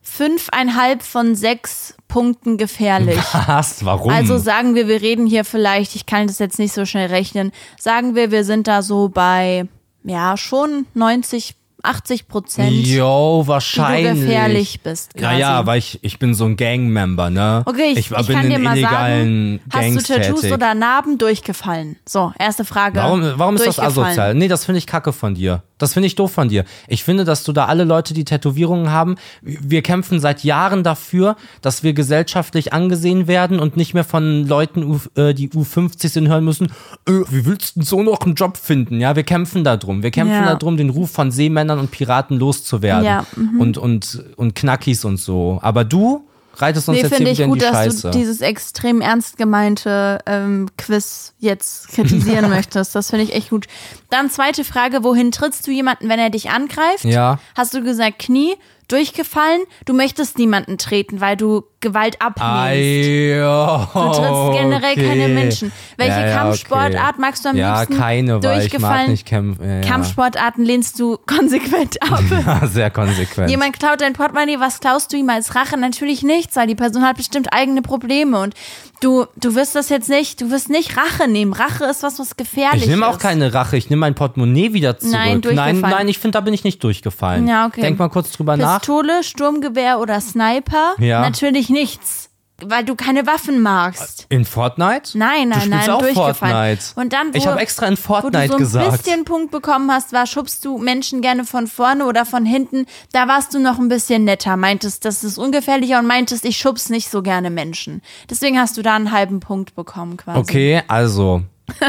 Speaker 1: fünfeinhalb von sechs Punkten gefährlich.
Speaker 2: Was? Warum?
Speaker 1: Also sagen wir, wir reden hier vielleicht, ich kann das jetzt nicht so schnell rechnen, sagen wir, wir sind da so bei, ja, schon 90, 80 Prozent, wie
Speaker 2: Jo,
Speaker 1: du
Speaker 2: wahrscheinlich.
Speaker 1: gefährlich bist.
Speaker 2: Ja,
Speaker 1: Quasi.
Speaker 2: ja, weil ich, ich bin so ein Gangmember, ne?
Speaker 1: Okay, ich, ich,
Speaker 2: bin
Speaker 1: kann
Speaker 2: in
Speaker 1: dir mal sagen,
Speaker 2: illegalen Gangs
Speaker 1: hast du Tattoos
Speaker 2: tätig.
Speaker 1: oder Narben durchgefallen? So, erste Frage.
Speaker 2: Warum, warum ist das
Speaker 1: Durchgefallen.
Speaker 2: asozial? Nee, das finde ich kacke von dir. Das finde ich doof von dir. Ich finde, dass du da alle Leute, die Tätowierungen haben, wir kämpfen seit Jahren dafür, dass wir gesellschaftlich angesehen werden und nicht mehr von Leuten, U, äh, die U50 sind, hören müssen, äh, wie willst du denn so noch einen Job finden? Ja, wir kämpfen darum. Wir kämpfen
Speaker 1: Ja.
Speaker 2: darum, den Ruf von Seemännern und Piraten loszuwerden.
Speaker 1: Ja, mhm.
Speaker 2: und, und, und Knackis und so. Aber du reitest uns
Speaker 1: Nee,
Speaker 2: jetzt hier
Speaker 1: finde ich
Speaker 2: wieder in
Speaker 1: gut,
Speaker 2: die
Speaker 1: dass
Speaker 2: Scheiße.
Speaker 1: du dieses extrem ernst gemeinte ähm, Quiz jetzt kritisieren möchtest. Das finde ich echt gut. Dann zweite Frage, wohin trittst du jemanden, wenn er dich angreift?
Speaker 2: Ja.
Speaker 1: Hast du gesagt Knie, durchgefallen? Du möchtest niemanden treten, weil du Gewalt ablehnst.
Speaker 2: Ei,
Speaker 1: Du trittst generell keine Menschen. Welche
Speaker 2: ja, ja,
Speaker 1: Kampfsportart
Speaker 2: okay.
Speaker 1: magst du am
Speaker 2: ja,
Speaker 1: liebsten?
Speaker 2: keine, weil ich mag
Speaker 1: durchgefallen.
Speaker 2: nicht kämpfen. Ja,
Speaker 1: Kampfsportarten lehnst du konsequent ab.
Speaker 2: ja. Sehr konsequent.
Speaker 1: Jemand klaut dein Portemonnaie, was klaust du ihm als Rache? Natürlich nichts, weil die Person hat bestimmt eigene Probleme und du, du wirst das jetzt nicht, du wirst nicht Rache nehmen. Rache ist was, was gefährlich
Speaker 2: ich nehme auch
Speaker 1: ist.
Speaker 2: keine Rache, ich nehme mein Portemonnaie wieder zurück.
Speaker 1: Nein,
Speaker 2: nein,
Speaker 1: durchgefallen.
Speaker 2: nein, ich finde, da bin ich nicht durchgefallen.
Speaker 1: Ja, okay.
Speaker 2: Denk mal kurz drüber nach.
Speaker 1: Pistole, Sturmgewehr oder Sniper?
Speaker 2: Ja.
Speaker 1: Natürlich nichts, weil du keine Waffen magst.
Speaker 2: In Fortnite?
Speaker 1: Nein,
Speaker 2: du
Speaker 1: nein,
Speaker 2: spielst
Speaker 1: nein,
Speaker 2: auch
Speaker 1: durchgefallen.
Speaker 2: Fortnite.
Speaker 1: Und dann, wo,
Speaker 2: ich habe extra in
Speaker 1: wo du
Speaker 2: Fortnite
Speaker 1: so ein
Speaker 2: gesagt.
Speaker 1: bisschen Punkt bekommen hast, war, schubst du Menschen gerne von vorne oder von hinten. Da warst du noch ein bisschen netter, meintest, das ist ungefährlicher und meintest, ich schubs nicht so gerne Menschen. Deswegen hast du da einen halben Punkt bekommen quasi.
Speaker 2: Okay, also.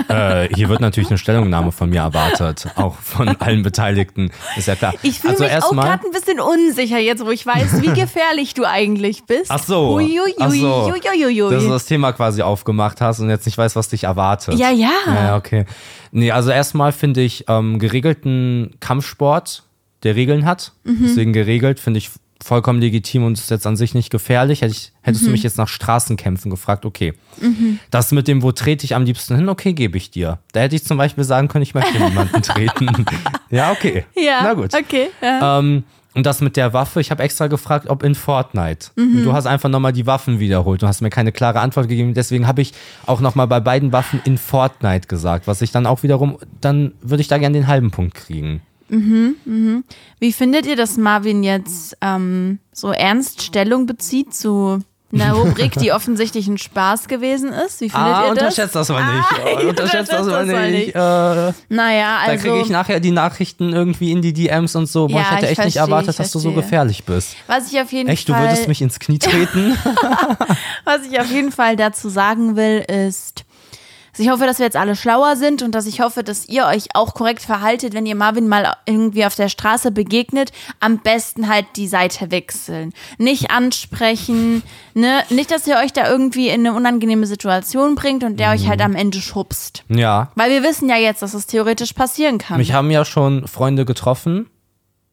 Speaker 2: äh, hier wird natürlich eine Stellungnahme von mir erwartet, auch von allen Beteiligten. Ist ja klar.
Speaker 1: Ich fühle
Speaker 2: also
Speaker 1: mich auch
Speaker 2: erstmal,
Speaker 1: gerade ein bisschen unsicher jetzt, wo ich weiß, wie gefährlich du eigentlich bist.
Speaker 2: Ach so.
Speaker 1: Uiuiui.
Speaker 2: Ach so. Dass du das Thema quasi aufgemacht hast und jetzt nicht weißt, was dich erwartet.
Speaker 1: Ja, ja.
Speaker 2: Ja, okay. Nee, also erstmal finde ich ähm, geregelten Kampfsport, der Regeln hat.
Speaker 1: Mhm.
Speaker 2: Deswegen geregelt, finde ich vollkommen legitim und ist jetzt an sich nicht gefährlich. Hätte ich, hättest
Speaker 1: Mhm.
Speaker 2: du mich jetzt nach Straßenkämpfen gefragt, okay. Das mit dem, wo trete ich am liebsten hin, okay, gebe ich dir. Da hätte ich zum Beispiel sagen können, ich möchte niemanden treten. Ja, okay.
Speaker 1: Ja,
Speaker 2: Na gut.
Speaker 1: okay. Ja.
Speaker 2: Ähm, und das mit der Waffe, ich habe extra gefragt, ob in Fortnite. Und
Speaker 1: Mhm.
Speaker 2: Du hast einfach nochmal die Waffen wiederholt. Du hast mir keine klare Antwort gegeben. Deswegen habe ich auch nochmal bei beiden Waffen in Fortnite gesagt, was ich dann auch wiederum, dann würde ich da gerne den halben Punkt kriegen.
Speaker 1: Wie findet ihr, dass Marvin jetzt ähm, so ernst Stellung bezieht zu einer Rubrik, die offensichtlich ein Spaß gewesen ist? Wie findet ihr das?
Speaker 2: Ah, das mal nicht.
Speaker 1: Ah, ja, unterschätzt das mal nicht.
Speaker 2: Äh, da
Speaker 1: Naja, also
Speaker 2: kriege ich nachher die Nachrichten irgendwie in die DMs und so. Boah,
Speaker 1: Ja,
Speaker 2: ich hätte
Speaker 1: ich
Speaker 2: echt nicht
Speaker 1: verstehe,
Speaker 2: erwartet, dass
Speaker 1: ich
Speaker 2: du so
Speaker 1: verstehe.
Speaker 2: gefährlich bist.
Speaker 1: was ich auf jeden
Speaker 2: Echt, du
Speaker 1: Fall,
Speaker 2: würdest mich ins Knie treten?
Speaker 1: was ich auf jeden Fall dazu sagen will, ist, Also ich hoffe, dass wir jetzt alle schlauer sind und dass ich hoffe, dass ihr euch auch korrekt verhaltet, wenn ihr Marvin mal irgendwie auf der Straße begegnet. Am besten halt die Seite wechseln. Nicht ansprechen, ne? Nicht, dass ihr euch da irgendwie in eine unangenehme Situation bringt und der euch halt am Ende schubst.
Speaker 2: Ja.
Speaker 1: Weil wir wissen ja jetzt, dass es theoretisch passieren kann.
Speaker 2: Mich haben ja schon Freunde getroffen.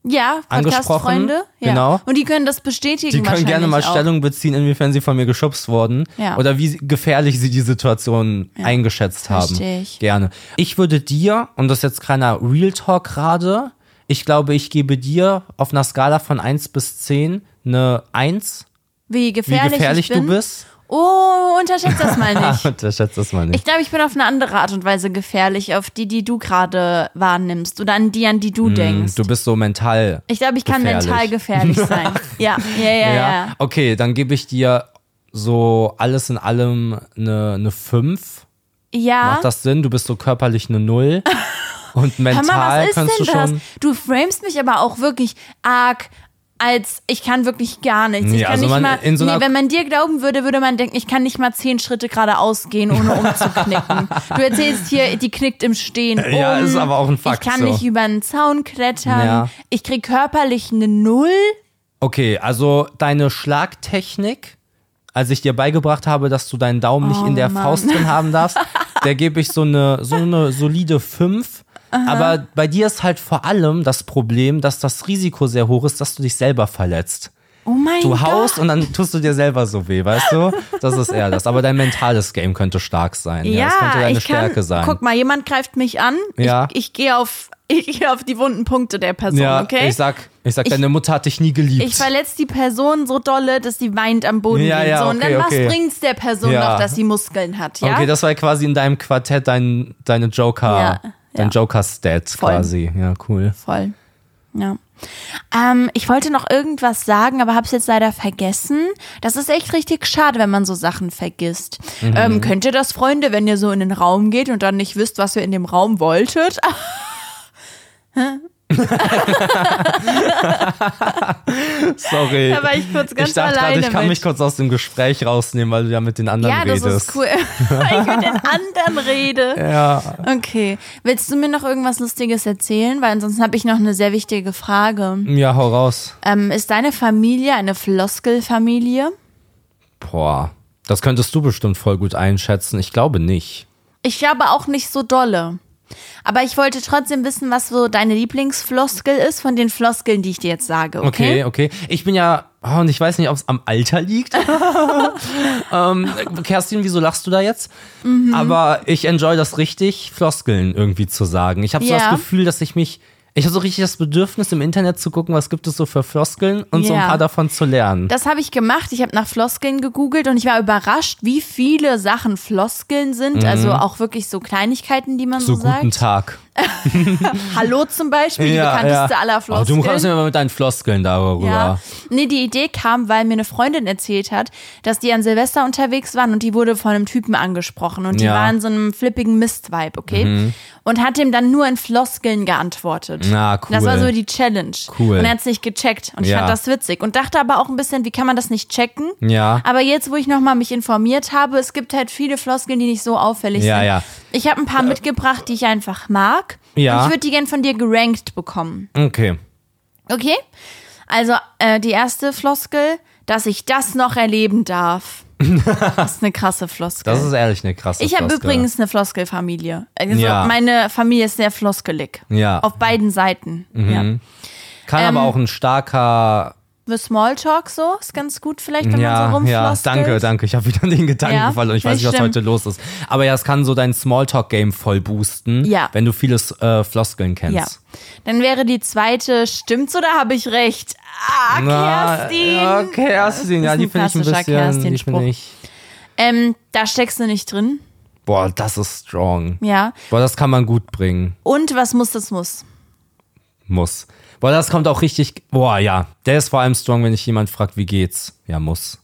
Speaker 1: ja,
Speaker 2: angesprochen,
Speaker 1: Podcast-Freunde. Ja.
Speaker 2: genau.
Speaker 1: Und die können das bestätigen.
Speaker 2: Die können gerne mal
Speaker 1: wahrscheinlich auch.
Speaker 2: Stellung beziehen, inwiefern sie von mir geschubst wurden
Speaker 1: Ja.
Speaker 2: oder wie gefährlich sie die Situation eingeschätzt haben.
Speaker 1: verstehe ich.
Speaker 2: Gerne. Ich würde dir, und das ist jetzt keiner Real Talk gerade, ich glaube, ich gebe dir auf einer Skala von 1 bis 10 eine 1,
Speaker 1: Wie
Speaker 2: wie
Speaker 1: gefährlich,
Speaker 2: gefährlich
Speaker 1: ich bin.
Speaker 2: du bist.
Speaker 1: Oh, unterschätzt das mal nicht.
Speaker 2: Unterschätzt das mal nicht.
Speaker 1: Ich glaube, ich bin auf eine andere Art und Weise gefährlich, auf die, die du gerade wahrnimmst oder an die, an die du denkst.
Speaker 2: Hm, du bist so mental.
Speaker 1: ich glaube, ich kann
Speaker 2: gefährlich.
Speaker 1: mental gefährlich sein. ja, ja, ja, ja.
Speaker 2: Okay, dann gebe ich dir so alles in allem eine, eine 5.
Speaker 1: Ja.
Speaker 2: Macht das Sinn? Du bist so körperlich eine 0. Und
Speaker 1: Hör
Speaker 2: mental
Speaker 1: mal, was ist
Speaker 2: kannst
Speaker 1: denn
Speaker 2: du
Speaker 1: das?
Speaker 2: schon.
Speaker 1: Du framest mich aber auch wirklich arg als ich kann wirklich gar nichts. Ich
Speaker 2: Ja,
Speaker 1: kann
Speaker 2: also
Speaker 1: nicht
Speaker 2: man-
Speaker 1: mal,
Speaker 2: in so einer-
Speaker 1: nee, wenn man dir glauben würde, würde man denken, ich kann nicht mal zehn Schritte geradeaus gehen, ohne umzuknicken. du erzählst hier, die knickt im Stehen. Um.
Speaker 2: Ja, ist aber auch ein Fakt,
Speaker 1: Ich kann
Speaker 2: so.
Speaker 1: nicht über einen Zaun klettern.
Speaker 2: Ja.
Speaker 1: Ich krieg körperlich eine Null.
Speaker 2: Okay, also deine Schlagtechnik, als ich dir beigebracht habe, dass du deinen Daumen nicht in der
Speaker 1: Oh Mann.
Speaker 2: Faust drin haben darfst, der gebe ich so eine, so eine solide 5. Aber bei dir ist halt vor allem das Problem, dass das Risiko sehr hoch ist, dass du dich selber verletzt.
Speaker 1: Oh mein
Speaker 2: du
Speaker 1: Gott.
Speaker 2: haust und dann tust du dir selber so weh, weißt du? Das ist eher das. Aber dein mentales Game könnte stark sein. Ja,
Speaker 1: Ja,
Speaker 2: das könnte deine
Speaker 1: ich kann,
Speaker 2: Stärke sein.
Speaker 1: Guck mal, jemand greift mich an.
Speaker 2: Ja.
Speaker 1: Ich, ich gehe auf, ich gehe auf die wunden Punkte der Person,
Speaker 2: ja,
Speaker 1: okay?
Speaker 2: ich sag, ich sag,
Speaker 1: Ich-
Speaker 2: deine Mutter hat dich nie geliebt.
Speaker 1: Ich verletze die Person so dolle, dass sie weint am Boden
Speaker 2: Ja,
Speaker 1: liegt.
Speaker 2: ja,
Speaker 1: so. Und
Speaker 2: okay,
Speaker 1: dann
Speaker 2: okay.
Speaker 1: was bringt's der Person
Speaker 2: Ja.
Speaker 1: noch, dass sie Muskeln hat, ja?
Speaker 2: Okay, das war quasi in deinem Quartett dein, deine Joker,
Speaker 1: Ja, ja.
Speaker 2: dein Joker-Stat quasi. Ja, cool.
Speaker 1: Voll. Ja. Ähm, ich wollte noch irgendwas sagen, aber hab's jetzt leider vergessen. Das ist echt richtig schade, wenn man so Sachen vergisst.
Speaker 2: Mhm.
Speaker 1: Ähm, könnt ihr das, Freunde, wenn ihr so in den Raum geht und dann nicht wisst, was ihr in dem Raum wolltet?
Speaker 2: Sorry.
Speaker 1: Da war ich kurz ganz
Speaker 2: ich dachte gerade,
Speaker 1: alleine
Speaker 2: ich kann
Speaker 1: mit.
Speaker 2: mich kurz aus dem Gespräch rausnehmen, weil du ja mit den anderen
Speaker 1: ja, das
Speaker 2: redest.
Speaker 1: ist cool. Weil ich mit den anderen rede.
Speaker 2: Ja.
Speaker 1: Okay. Willst du mir noch irgendwas Lustiges erzählen? Weil ansonsten habe ich noch eine sehr wichtige Frage.
Speaker 2: Ja, hau raus.
Speaker 1: Ähm, ist deine Familie eine Floskelfamilie?
Speaker 2: Boah. Das könntest du bestimmt voll gut einschätzen. Ich glaube nicht.
Speaker 1: Ich glaube auch nicht so dolle. Aber ich wollte trotzdem wissen, was so deine Lieblingsfloskel ist von den Floskeln, die ich dir jetzt sage, okay?
Speaker 2: Okay, okay. Ich bin ja, oh, und ich weiß nicht, ob es am Alter liegt. ähm, Kerstin, wieso lachst du da jetzt?
Speaker 1: Mhm.
Speaker 2: Aber ich enjoy das richtig, Floskeln irgendwie zu sagen. Ich habe so
Speaker 1: Ja.
Speaker 2: das Gefühl, dass ich mich, ich habe so richtig das Bedürfnis, im Internet zu gucken, was gibt es so für Floskeln und so ein
Speaker 1: Ja.
Speaker 2: paar davon zu lernen.
Speaker 1: Das habe ich gemacht. Ich habe nach Floskeln gegoogelt und ich war überrascht, wie viele Sachen Floskeln sind. Also auch wirklich so Kleinigkeiten, die man so,
Speaker 2: so guten
Speaker 1: sagt.
Speaker 2: Tag.
Speaker 1: Hallo zum Beispiel, die bekannteste aller
Speaker 2: Oh,
Speaker 1: Floskeln.
Speaker 2: du kommst immer mit deinen Floskeln darüber.
Speaker 1: Ja. Nee, die Idee kam, weil mir eine Freundin erzählt hat, dass die an Silvester unterwegs waren und die wurde von einem Typen angesprochen und die
Speaker 2: Ja. Mhm.
Speaker 1: war in so einem flippigen Mist-Vibe, okay? Und hat ihm dann nur in Floskeln geantwortet.
Speaker 2: Na, cool.
Speaker 1: Das war so die Challenge.
Speaker 2: Cool.
Speaker 1: Und er hat es nicht gecheckt und ich
Speaker 2: Ja.
Speaker 1: fand das witzig und dachte aber auch ein bisschen, wie kann man das nicht checken?
Speaker 2: Ja.
Speaker 1: Aber jetzt, wo ich nochmal mich informiert habe, es gibt halt viele Floskeln, die nicht so auffällig
Speaker 2: Ja,
Speaker 1: sind.
Speaker 2: ja. Äh,
Speaker 1: Ich habe ein paar mitgebracht, die ich einfach mag.
Speaker 2: Ja.
Speaker 1: Und ich würde die gern von dir gerankt bekommen.
Speaker 2: Okay.
Speaker 1: Okay. Also äh, die erste Floskel, dass ich das noch erleben darf. Das ist eine krasse Floskel.
Speaker 2: Das ist ehrlich eine krasse
Speaker 1: Äh, ich habe
Speaker 2: Floskel.
Speaker 1: übrigens eine Floskelfamilie. Also
Speaker 2: Ja.
Speaker 1: Meine Familie ist sehr floskelig.
Speaker 2: Ja. Mhm.
Speaker 1: Auf beiden Seiten. Ja.
Speaker 2: Kann
Speaker 1: ähm,
Speaker 2: aber auch ein starker.
Speaker 1: The Smalltalk so ist ganz gut vielleicht, wenn man so
Speaker 2: Ja, ja,
Speaker 1: rumfloskelt.
Speaker 2: danke, danke. Ich habe wieder den Gedanken
Speaker 1: Ja,
Speaker 2: gefallen und ich weiß
Speaker 1: das
Speaker 2: nicht, was
Speaker 1: stimmt.
Speaker 2: heute los ist. Aber ja, es kann so dein Smalltalk-Game voll boosten,
Speaker 1: Ja.
Speaker 2: wenn du vieles äh, Floskeln
Speaker 1: Ja.
Speaker 2: kennst.
Speaker 1: Dann wäre die zweite, stimmt's oder habe ich recht? Ah,
Speaker 2: Na,
Speaker 1: Kerstin!
Speaker 2: Ja, Kerstin, ja,
Speaker 1: ist
Speaker 2: die
Speaker 1: ein
Speaker 2: finde ich ein
Speaker 1: klassischer
Speaker 2: bisschen. Die
Speaker 1: Kerstin-Spruch.
Speaker 2: finde ich.
Speaker 1: Ähm, da steckst du nicht drin.
Speaker 2: Boah, das ist strong.
Speaker 1: Ja.
Speaker 2: Boah, das kann man gut bringen.
Speaker 1: Und was muss, das muss.
Speaker 2: Muss. Boah, das kommt auch richtig. Boah, ja. Der ist vor allem strong, wenn ich jemand fragt, wie geht's? Ja, muss.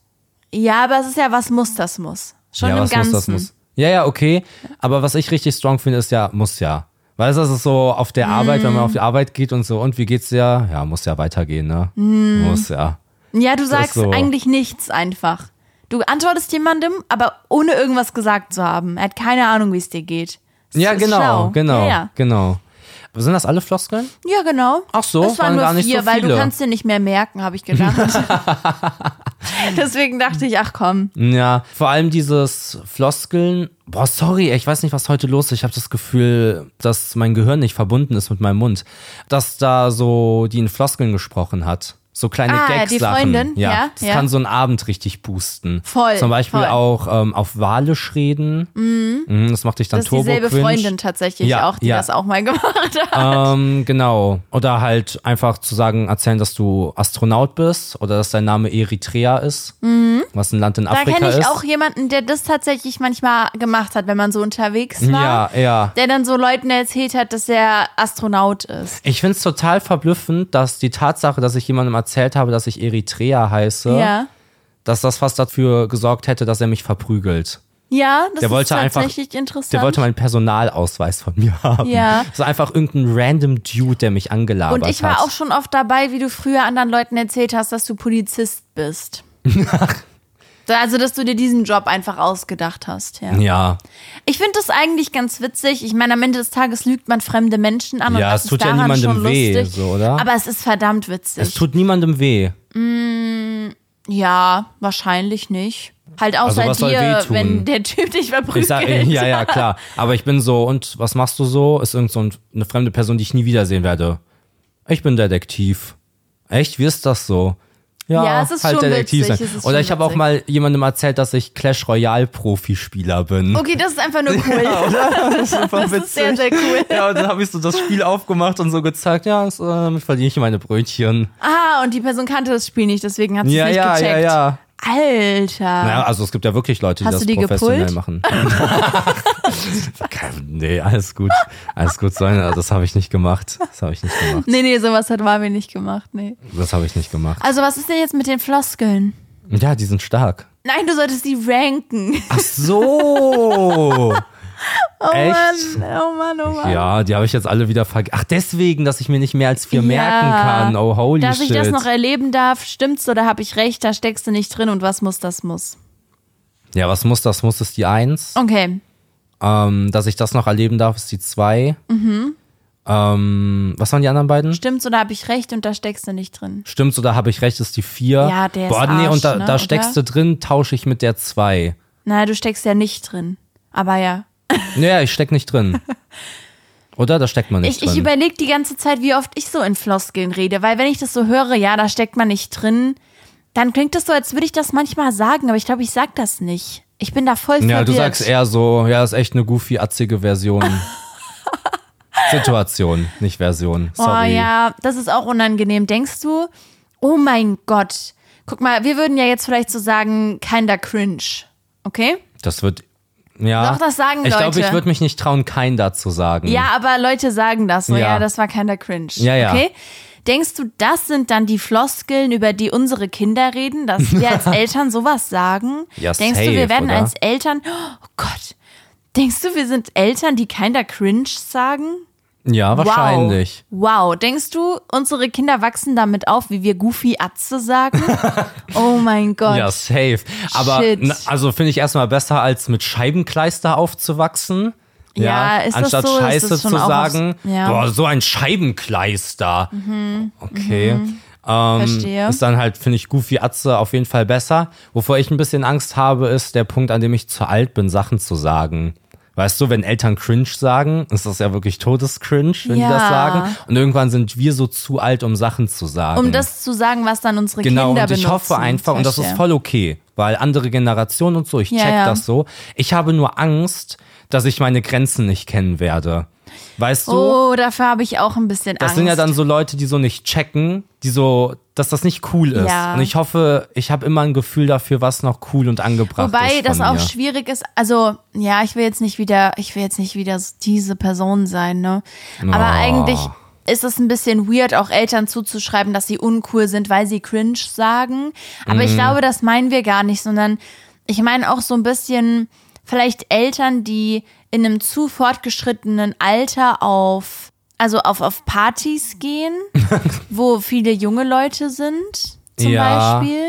Speaker 1: Ja, aber es ist ja, was muss, das muss. Schon
Speaker 2: ja,
Speaker 1: im
Speaker 2: was
Speaker 1: Ganzen.
Speaker 2: muss, das muss. Ja, ja, okay. Aber was ich richtig strong finde, ist ja, muss ja. Weißt du, das ist so auf der Arbeit,
Speaker 1: Mm.
Speaker 2: wenn man auf die Arbeit geht und so, und wie geht's dir?
Speaker 1: Mm.
Speaker 2: Ja, muss ja weitergehen, ne? Muss ja.
Speaker 1: Ja, du sagst
Speaker 2: so.
Speaker 1: eigentlich nichts einfach. Du antwortest jemandem, aber ohne irgendwas gesagt zu haben. Er hat keine Ahnung, wie es dir geht. Ist-
Speaker 2: Ja,
Speaker 1: ist
Speaker 2: genau,
Speaker 1: schlau.
Speaker 2: genau,
Speaker 1: Ja, ja.
Speaker 2: genau. Aber sind das alle Floskeln?
Speaker 1: ja, genau.
Speaker 2: Ach so,
Speaker 1: es
Speaker 2: waren
Speaker 1: waren,
Speaker 2: gar
Speaker 1: nur
Speaker 2: nicht so
Speaker 1: vier, weil du
Speaker 2: viele.
Speaker 1: kannst dir nicht mehr merken, habe ich gedacht. Deswegen dachte ich, ach komm.
Speaker 2: Ja, vor allem dieses Floskeln. Boah, sorry, ey, ich weiß nicht, was heute los ist. Ich habe das Gefühl, dass mein Gehirn nicht verbunden ist mit meinem Mund. Dass da so die in Floskeln gesprochen hat. So kleine
Speaker 1: Ah,
Speaker 2: Gags.
Speaker 1: die Freundin,
Speaker 2: Ja,
Speaker 1: ja,
Speaker 2: das
Speaker 1: ja.
Speaker 2: kann so einen Abend richtig boosten.
Speaker 1: Voll,
Speaker 2: Zum Beispiel
Speaker 1: voll.
Speaker 2: auch ähm, auf Walisch reden. Mhm, das macht dich dann
Speaker 1: Das ist dieselbe
Speaker 2: turbo-cringe.
Speaker 1: Freundin tatsächlich
Speaker 2: Ja,
Speaker 1: auch, die
Speaker 2: ja.
Speaker 1: das auch mal gemacht hat.
Speaker 2: Ähm, genau. Oder halt einfach zu sagen, erzählen, dass du Astronaut bist oder dass dein Name Eritrea ist, was ein Land in
Speaker 1: Mhm. Da
Speaker 2: Afrika
Speaker 1: kenne ich
Speaker 2: ist.
Speaker 1: auch jemanden, der das tatsächlich manchmal gemacht hat, wenn man so unterwegs war.
Speaker 2: ja, ja.
Speaker 1: Der dann so Leuten erzählt hat, dass er Astronaut ist.
Speaker 2: Ich finde es total verblüffend, dass die Tatsache, dass ich jemandem erzählt habe, dass ich Eritrea heiße,
Speaker 1: Ja.
Speaker 2: dass das fast dafür gesorgt hätte, dass er mich verprügelt.
Speaker 1: Ja, das
Speaker 2: Der
Speaker 1: ist
Speaker 2: wollte einfach-
Speaker 1: tatsächlich interessant.
Speaker 2: Der wollte meinen Personalausweis von mir haben.
Speaker 1: Ja.
Speaker 2: Das ist einfach irgendein random Dude, der mich angelabert
Speaker 1: und ich war
Speaker 2: hat.
Speaker 1: auch schon oft dabei, wie du früher anderen Leuten erzählt hast, dass du Polizist bist. also, dass du dir diesen Job einfach ausgedacht hast, ja.
Speaker 2: ja,
Speaker 1: Ich finde das eigentlich ganz witzig. Ich meine, am Ende des Tages lügt man fremde Menschen an und
Speaker 2: Ja,
Speaker 1: das
Speaker 2: es
Speaker 1: ist
Speaker 2: tut ja
Speaker 1: daran
Speaker 2: niemandem
Speaker 1: schon
Speaker 2: weh,
Speaker 1: lustig.
Speaker 2: so, oder?
Speaker 1: Aber es ist verdammt
Speaker 2: es
Speaker 1: witzig.
Speaker 2: tut niemandem weh.
Speaker 1: Ja, wahrscheinlich nicht. Halt außer
Speaker 2: Also was soll
Speaker 1: dir,
Speaker 2: wehtun?
Speaker 1: wenn der Typ dich verprügelt.
Speaker 2: Ich sag, ja, ja, klar. Aber ich bin so, und was machst du so? Ist irgend so ein, eine fremde Person, die ich nie wiedersehen werde. Ich bin Detektiv. Echt? Wie ist das so?
Speaker 1: Ja, es ist
Speaker 2: halt
Speaker 1: schon
Speaker 2: Detektiv
Speaker 1: witzig,
Speaker 2: sein.
Speaker 1: es ist
Speaker 2: Oder
Speaker 1: schon
Speaker 2: ich habe auch
Speaker 1: witzig.
Speaker 2: mal jemandem erzählt, dass ich Clash Royale Profispieler bin.
Speaker 1: Okay, das ist einfach nur cool.
Speaker 2: Super
Speaker 1: Oh, das ist sehr, sehr cool.
Speaker 2: Ja, und dann habe ich so das Spiel aufgemacht und so gezeigt, ja, das, ähm, verdiene ich meine Brötchen.
Speaker 1: Ah, und die Person kannte das Spiel nicht, deswegen hat sie
Speaker 2: Ja,
Speaker 1: es nicht
Speaker 2: ja, ja,
Speaker 1: gecheckt.
Speaker 2: ja.
Speaker 1: Alter.
Speaker 2: Naja, also es gibt ja wirklich Leute, die
Speaker 1: Ah. Hast du
Speaker 2: das
Speaker 1: die
Speaker 2: professionell
Speaker 1: gepult?
Speaker 2: machen. Kein- nee, alles gut. Alles gut sein. Also Das habe ich nicht gemacht. Das habe ich nicht gemacht.
Speaker 1: Nee, nee, sowas hat Marvin nicht gemacht, nee.
Speaker 2: Das habe ich nicht gemacht.
Speaker 1: Also, was ist denn jetzt mit den Floskeln?
Speaker 2: Ja, die sind stark.
Speaker 1: Nein, du solltest die ranken.
Speaker 2: Ach so. Echt?
Speaker 1: Mann, oh Mann, oh Mann.
Speaker 2: Ja, die habe ich jetzt alle wieder vergessen. Ach, deswegen, dass ich mir nicht mehr als vier
Speaker 1: Ja.
Speaker 2: merken kann. Oh, holy
Speaker 1: Dass ich
Speaker 2: shit.
Speaker 1: das noch erleben darf, stimmt's oder habe ich recht? Da steckst du nicht drin und was muss, das muss.
Speaker 2: ja, was muss das? Muss ist die Eins.
Speaker 1: Okay.
Speaker 2: Ähm, dass ich das noch erleben darf, ist die Zwei.
Speaker 1: Mhm.
Speaker 2: Ähm, was waren die anderen beiden?
Speaker 1: Stimmt's oder habe ich recht und da steckst du nicht drin?
Speaker 2: Stimmt's oder habe ich recht, ist die 4.
Speaker 1: Ja, der ist
Speaker 2: Boah, nee,
Speaker 1: Arsch,
Speaker 2: und da,
Speaker 1: ne,
Speaker 2: da
Speaker 1: oder?
Speaker 2: steckst du drin, tausche ich mit der 2.
Speaker 1: Naja, du steckst ja nicht drin. Aber ja.
Speaker 2: Naja, ich steck nicht drin. Oder? Da steckt man nicht
Speaker 1: Ich, ich
Speaker 2: drin.
Speaker 1: überlege die ganze Zeit, wie oft ich so in Floskeln rede, weil wenn ich das so höre, ja, da steckt man nicht drin, dann klingt das so, als würde ich das manchmal sagen, aber ich glaube, ich sag das nicht. Ich bin da voll verwirrt.
Speaker 2: ja, du sagst eher so, ja, ist echt eine goofy, atzige Version. Situation, nicht Version. Sorry.
Speaker 1: Oh ja, das ist auch unangenehm. Denkst du, oh mein Gott. Guck mal, wir würden ja jetzt vielleicht so sagen, kinder cringe. Okay?
Speaker 2: Das wird. Ja.
Speaker 1: Doch, das sagen
Speaker 2: Ich glaube,
Speaker 1: Leute.
Speaker 2: ich würde mich nicht trauen, kein dazu sagen.
Speaker 1: Ja, aber Leute sagen das so,
Speaker 2: Ja.
Speaker 1: ja, das war kinder cringe.
Speaker 2: Ja, ja.
Speaker 1: Okay? Denkst du, das sind dann die Floskeln, über die unsere Kinder reden, dass wir als Eltern sowas sagen?
Speaker 2: Ja,
Speaker 1: Denkst
Speaker 2: safe,
Speaker 1: du, wir werden
Speaker 2: oder?
Speaker 1: als Eltern, oh Gott, denkst du, wir sind Eltern, die kinder cringe sagen?
Speaker 2: Ja, wahrscheinlich.
Speaker 1: Wow. wow. Denkst du, unsere Kinder wachsen damit auf, wie wir Goofy Atze sagen? oh mein Gott.
Speaker 2: Ja, safe. Aber
Speaker 1: Shit.
Speaker 2: na, also finde ich erstmal besser, als mit Scheibenkleister aufzuwachsen.
Speaker 1: Ja, ist das
Speaker 2: anstatt
Speaker 1: so? Ist
Speaker 2: Scheiße
Speaker 1: das schon
Speaker 2: zu
Speaker 1: auch aufs-
Speaker 2: sagen.
Speaker 1: Ja. Mhm.
Speaker 2: Boah, so ein Scheibenkleister. Okay. Ähm,
Speaker 1: Verstehe.
Speaker 2: Ist dann halt, finde ich, Goofy Atze auf jeden Fall besser. Wovor ich ein bisschen Angst habe, ist der Punkt, an dem ich zu alt bin, Sachen zu sagen. Weißt du, wenn Eltern cringe sagen, ist das ja wirklich Todescringe, wenn die das
Speaker 1: Ja.
Speaker 2: sagen. Und irgendwann sind wir so zu alt, um Sachen zu sagen.
Speaker 1: Um das zu sagen, was dann unsere
Speaker 2: Genau,
Speaker 1: Kinder
Speaker 2: und ich
Speaker 1: benutzen.
Speaker 2: hoffe einfach, und das ist
Speaker 1: Verstehe.
Speaker 2: voll okay, weil andere Generationen und so, ich
Speaker 1: Ja,
Speaker 2: check
Speaker 1: ja.
Speaker 2: das so. Ich habe nur Angst, dass ich meine Grenzen nicht kennen werde. Weißt du?
Speaker 1: Oh, dafür habe ich auch ein bisschen
Speaker 2: Das
Speaker 1: Angst.
Speaker 2: sind ja dann so Leute, die so nicht checken, die so, dass das nicht cool ist.
Speaker 1: Ja.
Speaker 2: Und ich hoffe, ich habe immer ein Gefühl dafür, was noch cool und angebracht ist.
Speaker 1: Wobei
Speaker 2: von
Speaker 1: das auch
Speaker 2: mir.
Speaker 1: schwierig ist. Also, ja, ich will jetzt nicht wieder, ich will jetzt nicht wieder so diese Person sein, ne? Aber
Speaker 2: Ah.
Speaker 1: eigentlich ist es ein bisschen weird, auch Eltern zuzuschreiben, dass sie uncool sind, weil sie cringe sagen. Aber
Speaker 2: Mhm.
Speaker 1: ich glaube, das meinen wir gar nicht, sondern ich meine auch so ein bisschen vielleicht Eltern, die in einem zu fortgeschrittenen Alter auf, also auf, auf Partys gehen, wo viele junge Leute sind, zum
Speaker 2: Ja.
Speaker 1: Beispiel.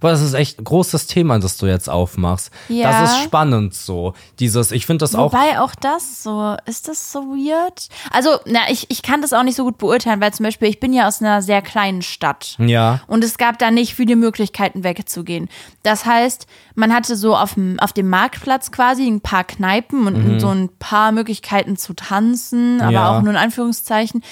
Speaker 2: Boah, das ist echt ein großes Thema, das du jetzt aufmachst.
Speaker 1: Ja.
Speaker 2: Das ist spannend so. Dieses, ich finde das auch.
Speaker 1: Wobei auch das so, ist das so weird? Also, na, ich, ich kann das auch nicht so gut beurteilen, weil zum Beispiel, ich bin ja aus einer sehr kleinen Stadt.
Speaker 2: Ja.
Speaker 1: Und es gab da nicht viele Möglichkeiten wegzugehen. Das heißt, man hatte so auf dem, auf dem Marktplatz quasi ein paar Kneipen und so ein paar Möglichkeiten zu tanzen, aber
Speaker 2: Mhm. Ja.
Speaker 1: auch nur in Anführungszeichen.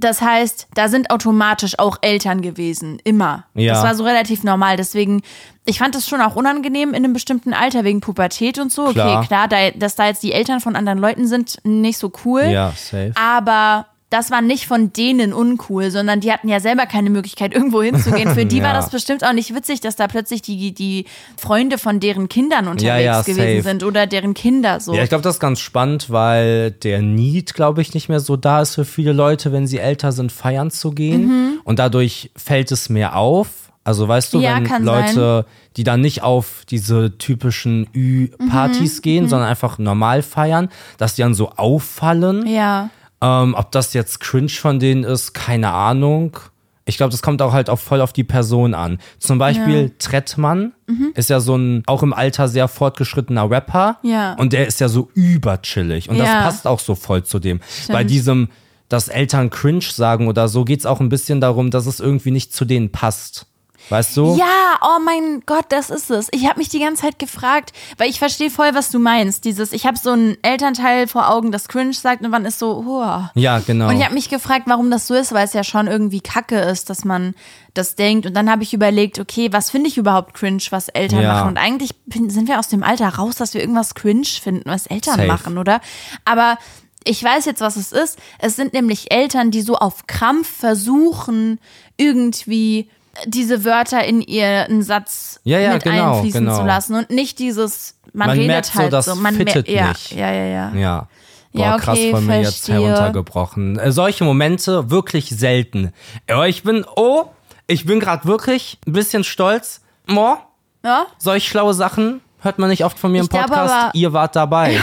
Speaker 1: Das heißt, da sind automatisch auch Eltern gewesen, immer.
Speaker 2: Ja.
Speaker 1: Das war so relativ normal. Deswegen, ich fand das schon auch unangenehm in einem bestimmten Alter wegen Pubertät und so.
Speaker 2: Klar.
Speaker 1: Okay, klar, da, dass da jetzt die Eltern von anderen Leuten sind, nicht so cool.
Speaker 2: Ja, safe.
Speaker 1: Aber das war nicht von denen uncool, sondern die hatten ja selber keine Möglichkeit, irgendwo hinzugehen. Für die
Speaker 2: Ja.
Speaker 1: war das bestimmt auch nicht witzig, dass da plötzlich die, die Freunde von deren Kindern unterwegs
Speaker 2: ja,
Speaker 1: gewesen
Speaker 2: safe.
Speaker 1: sind oder deren Kinder so.
Speaker 2: Ja, ich glaube, das ist ganz spannend, weil der Need, glaube ich, nicht mehr so da ist für viele Leute, wenn sie älter sind, feiern zu gehen. Und dadurch fällt es mehr auf. Also weißt du,
Speaker 1: Mhm. Ja,
Speaker 2: wenn
Speaker 1: kann
Speaker 2: Leute, die dann nicht auf diese typischen
Speaker 1: Mhm.
Speaker 2: Ü-Partys gehen, sondern einfach normal feiern, dass die dann so auffallen.
Speaker 1: ja.
Speaker 2: Ähm, ob das jetzt cringe von denen ist, keine Ahnung. Ich glaube, das kommt auch halt auch voll auf die Person an. Zum Beispiel Trettmann
Speaker 1: Mhm.
Speaker 2: ist ja so ein auch im Alter sehr fortgeschrittener Rapper.
Speaker 1: Ja.
Speaker 2: Und der ist ja so überchillig. Und das
Speaker 1: Ja.
Speaker 2: passt auch so voll zu dem. Bei diesem, dass Eltern cringe sagen oder so, geht's auch ein bisschen darum, dass es irgendwie nicht zu denen passt. Weißt du?
Speaker 1: Ja, oh mein Gott, das ist es. Ich habe mich die ganze Zeit gefragt, weil ich verstehe voll, was du meinst. Dieses, ich habe so einen Elternteil vor Augen, das cringe sagt und man ist so, uah.
Speaker 2: Ja, genau.
Speaker 1: Und ich habe mich gefragt, warum das so ist, weil es ja schon irgendwie kacke ist, dass man das denkt. Und dann habe ich überlegt, okay, was finde ich überhaupt cringe, was Eltern
Speaker 2: Ja.
Speaker 1: machen? Und eigentlich bin- sind wir aus dem Alter raus, dass wir irgendwas cringe finden, was Eltern
Speaker 2: Safe.
Speaker 1: machen, oder? Aber ich weiß jetzt, was es ist. Es sind nämlich Eltern, die so auf Krampf versuchen, irgendwie diese Wörter in ihren Satz
Speaker 2: Ja, ja,
Speaker 1: mit
Speaker 2: genau,
Speaker 1: einfließen
Speaker 2: genau.
Speaker 1: zu lassen und nicht dieses, man,
Speaker 2: Man
Speaker 1: redet
Speaker 2: merkt so,
Speaker 1: halt
Speaker 2: das
Speaker 1: so. Man mer-
Speaker 2: fittet
Speaker 1: ja,
Speaker 2: nicht.
Speaker 1: ja, ja, ja.
Speaker 2: Ja. Boah,
Speaker 1: Ja,
Speaker 2: krass
Speaker 1: okay,
Speaker 2: von mir jetzt
Speaker 1: verstehe.
Speaker 2: heruntergebrochen. Äh, solche Momente wirklich selten. Ja, ich bin, oh, ich bin gerade wirklich ein bisschen stolz. Moor,
Speaker 1: ja?
Speaker 2: solch schlaue Sachen hört man nicht oft von mir im
Speaker 1: Ich glaube
Speaker 2: Podcast.
Speaker 1: aber-
Speaker 2: Ihr wart dabei.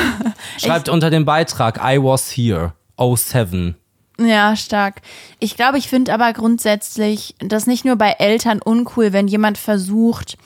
Speaker 2: Schreibt unter dem Beitrag, I was here, 07.
Speaker 1: Ja, stark. Ich glaube, ich finde aber grundsätzlich das nicht nur bei Eltern uncool, wenn jemand versucht,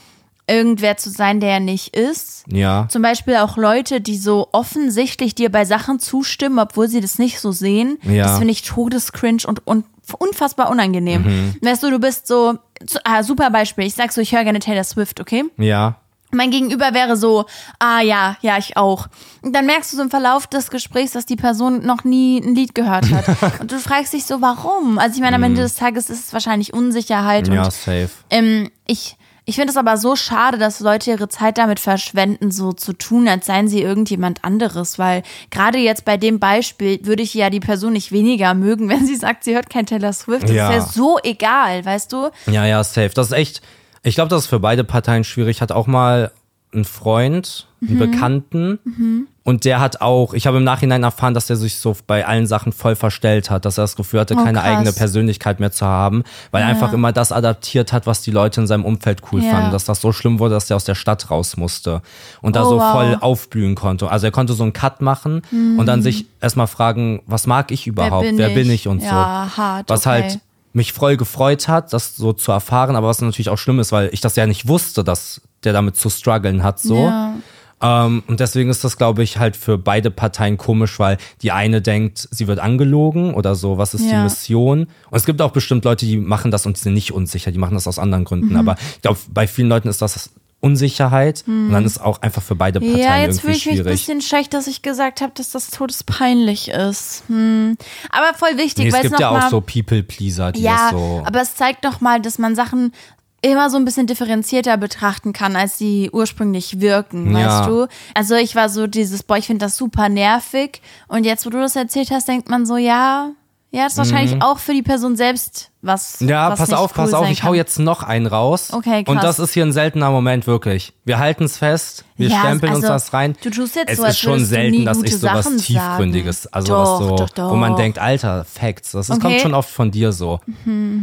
Speaker 1: irgendwer zu sein, der er nicht ist.
Speaker 2: Ja,
Speaker 1: Zum Beispiel auch Leute, die so offensichtlich dir bei Sachen zustimmen, obwohl sie das nicht so sehen.
Speaker 2: Ja.
Speaker 1: Das finde ich todescringe und, und unfassbar unangenehm. Weißt du, du bist so, zu- ah, super Beispiel. Ich sag so, ich höre gerne Taylor Swift, okay?
Speaker 2: ja.
Speaker 1: mein Gegenüber wäre so, ah ja, ja, ich auch. Und dann merkst du so im Verlauf des Gesprächs, dass die Person noch nie ein Lied gehört hat. und du fragst dich so, warum? Also ich meine, am Ende des Tages ist es wahrscheinlich Unsicherheit
Speaker 2: Mhm. Ja,
Speaker 1: und
Speaker 2: safe.
Speaker 1: ähm, ich. Ich finde es aber so schade, dass Leute ihre Zeit damit verschwenden, so zu tun, als seien sie irgendjemand anderes. Weil gerade jetzt bei dem Beispiel würde ich ja die Person nicht weniger mögen, wenn sie sagt, sie hört kein Taylor Swift. Das
Speaker 2: Ja.
Speaker 1: ist ja so egal, weißt du?
Speaker 2: Ja, ja, safe. Das ist echt, ich glaube, das ist für beide Parteien schwierig. Hat auch mal einen Freund, einen
Speaker 1: Mhm.
Speaker 2: Bekannten. Und der hat auch, ich habe im Nachhinein erfahren, dass er sich so bei allen Sachen voll verstellt hat, dass er das Gefühl hatte, keine
Speaker 1: Oh, krass.
Speaker 2: eigene Persönlichkeit mehr zu haben, weil er einfach immer das adaptiert hat, was die Leute in seinem Umfeld cool
Speaker 1: Ja.
Speaker 2: fanden, dass das so schlimm wurde, dass er aus der Stadt raus musste und da
Speaker 1: Oh,
Speaker 2: so
Speaker 1: wow.
Speaker 2: voll aufblühen konnte. Also er konnte so einen Cut machen und
Speaker 1: Mhm.
Speaker 2: dann sich erstmal fragen, was mag ich überhaupt, wer bin, ich? und
Speaker 1: ja,
Speaker 2: so.
Speaker 1: Hart,
Speaker 2: Was
Speaker 1: okay.
Speaker 2: halt mich voll gefreut hat, das so zu erfahren, aber was natürlich auch schlimm ist, weil ich das ja nicht wusste, dass der damit zu strugglen hat, so.
Speaker 1: Ja.
Speaker 2: Ähm, und deswegen ist das, glaube ich, halt für beide Parteien komisch, weil die eine denkt, sie wird angelogen oder so, was ist die
Speaker 1: Ja.
Speaker 2: Mission? Und es gibt auch bestimmt Leute, die machen das und die sind nicht unsicher, die machen das aus anderen
Speaker 1: Mhm.
Speaker 2: Gründen, aber ich glaube, bei vielen Leuten ist das Unsicherheit und dann ist auch einfach für beide Parteien
Speaker 1: Mhm. Ja, jetzt fühle
Speaker 2: irgendwie
Speaker 1: ich mich ein
Speaker 2: schwierig.
Speaker 1: bisschen schlecht, dass ich gesagt habe, dass das todespeinlich ist. Hm. Aber voll wichtig,
Speaker 2: Nee, es
Speaker 1: weil
Speaker 2: gibt
Speaker 1: noch
Speaker 2: ja
Speaker 1: mal,
Speaker 2: auch so People-Pleaser, die
Speaker 1: ja,
Speaker 2: das so.
Speaker 1: aber es zeigt doch mal, dass man Sachen immer so ein bisschen differenzierter betrachten kann, als sie ursprünglich wirken,
Speaker 2: Ja.
Speaker 1: weißt du? Also ich war so dieses, boah, ich finde das super nervig. Und jetzt, wo du das erzählt hast, denkt man so, ja, ja, ist wahrscheinlich auch für die Person selbst was.
Speaker 2: Mhm. Ja,
Speaker 1: was
Speaker 2: pass
Speaker 1: nicht
Speaker 2: auf,
Speaker 1: cool
Speaker 2: pass auf,
Speaker 1: sein
Speaker 2: ich hau
Speaker 1: kann.
Speaker 2: jetzt noch einen raus.
Speaker 1: Okay,
Speaker 2: Und
Speaker 1: krass.
Speaker 2: das ist hier ein seltener Moment, wirklich. Wir halten es fest, wir
Speaker 1: Ja,
Speaker 2: stempeln uns
Speaker 1: also,
Speaker 2: das rein.
Speaker 1: du tust jetzt
Speaker 2: es
Speaker 1: so,
Speaker 2: ist
Speaker 1: als
Speaker 2: schon
Speaker 1: würdest du
Speaker 2: selten,
Speaker 1: nie
Speaker 2: dass ich
Speaker 1: gute
Speaker 2: sowas
Speaker 1: Sachen
Speaker 2: Tiefgründiges,
Speaker 1: sagen.
Speaker 2: also
Speaker 1: Doch,
Speaker 2: was so,
Speaker 1: doch, doch.
Speaker 2: wo man denkt, Alter, Facts, das, das kommt
Speaker 1: Okay. Mhm,
Speaker 2: schon oft von dir so.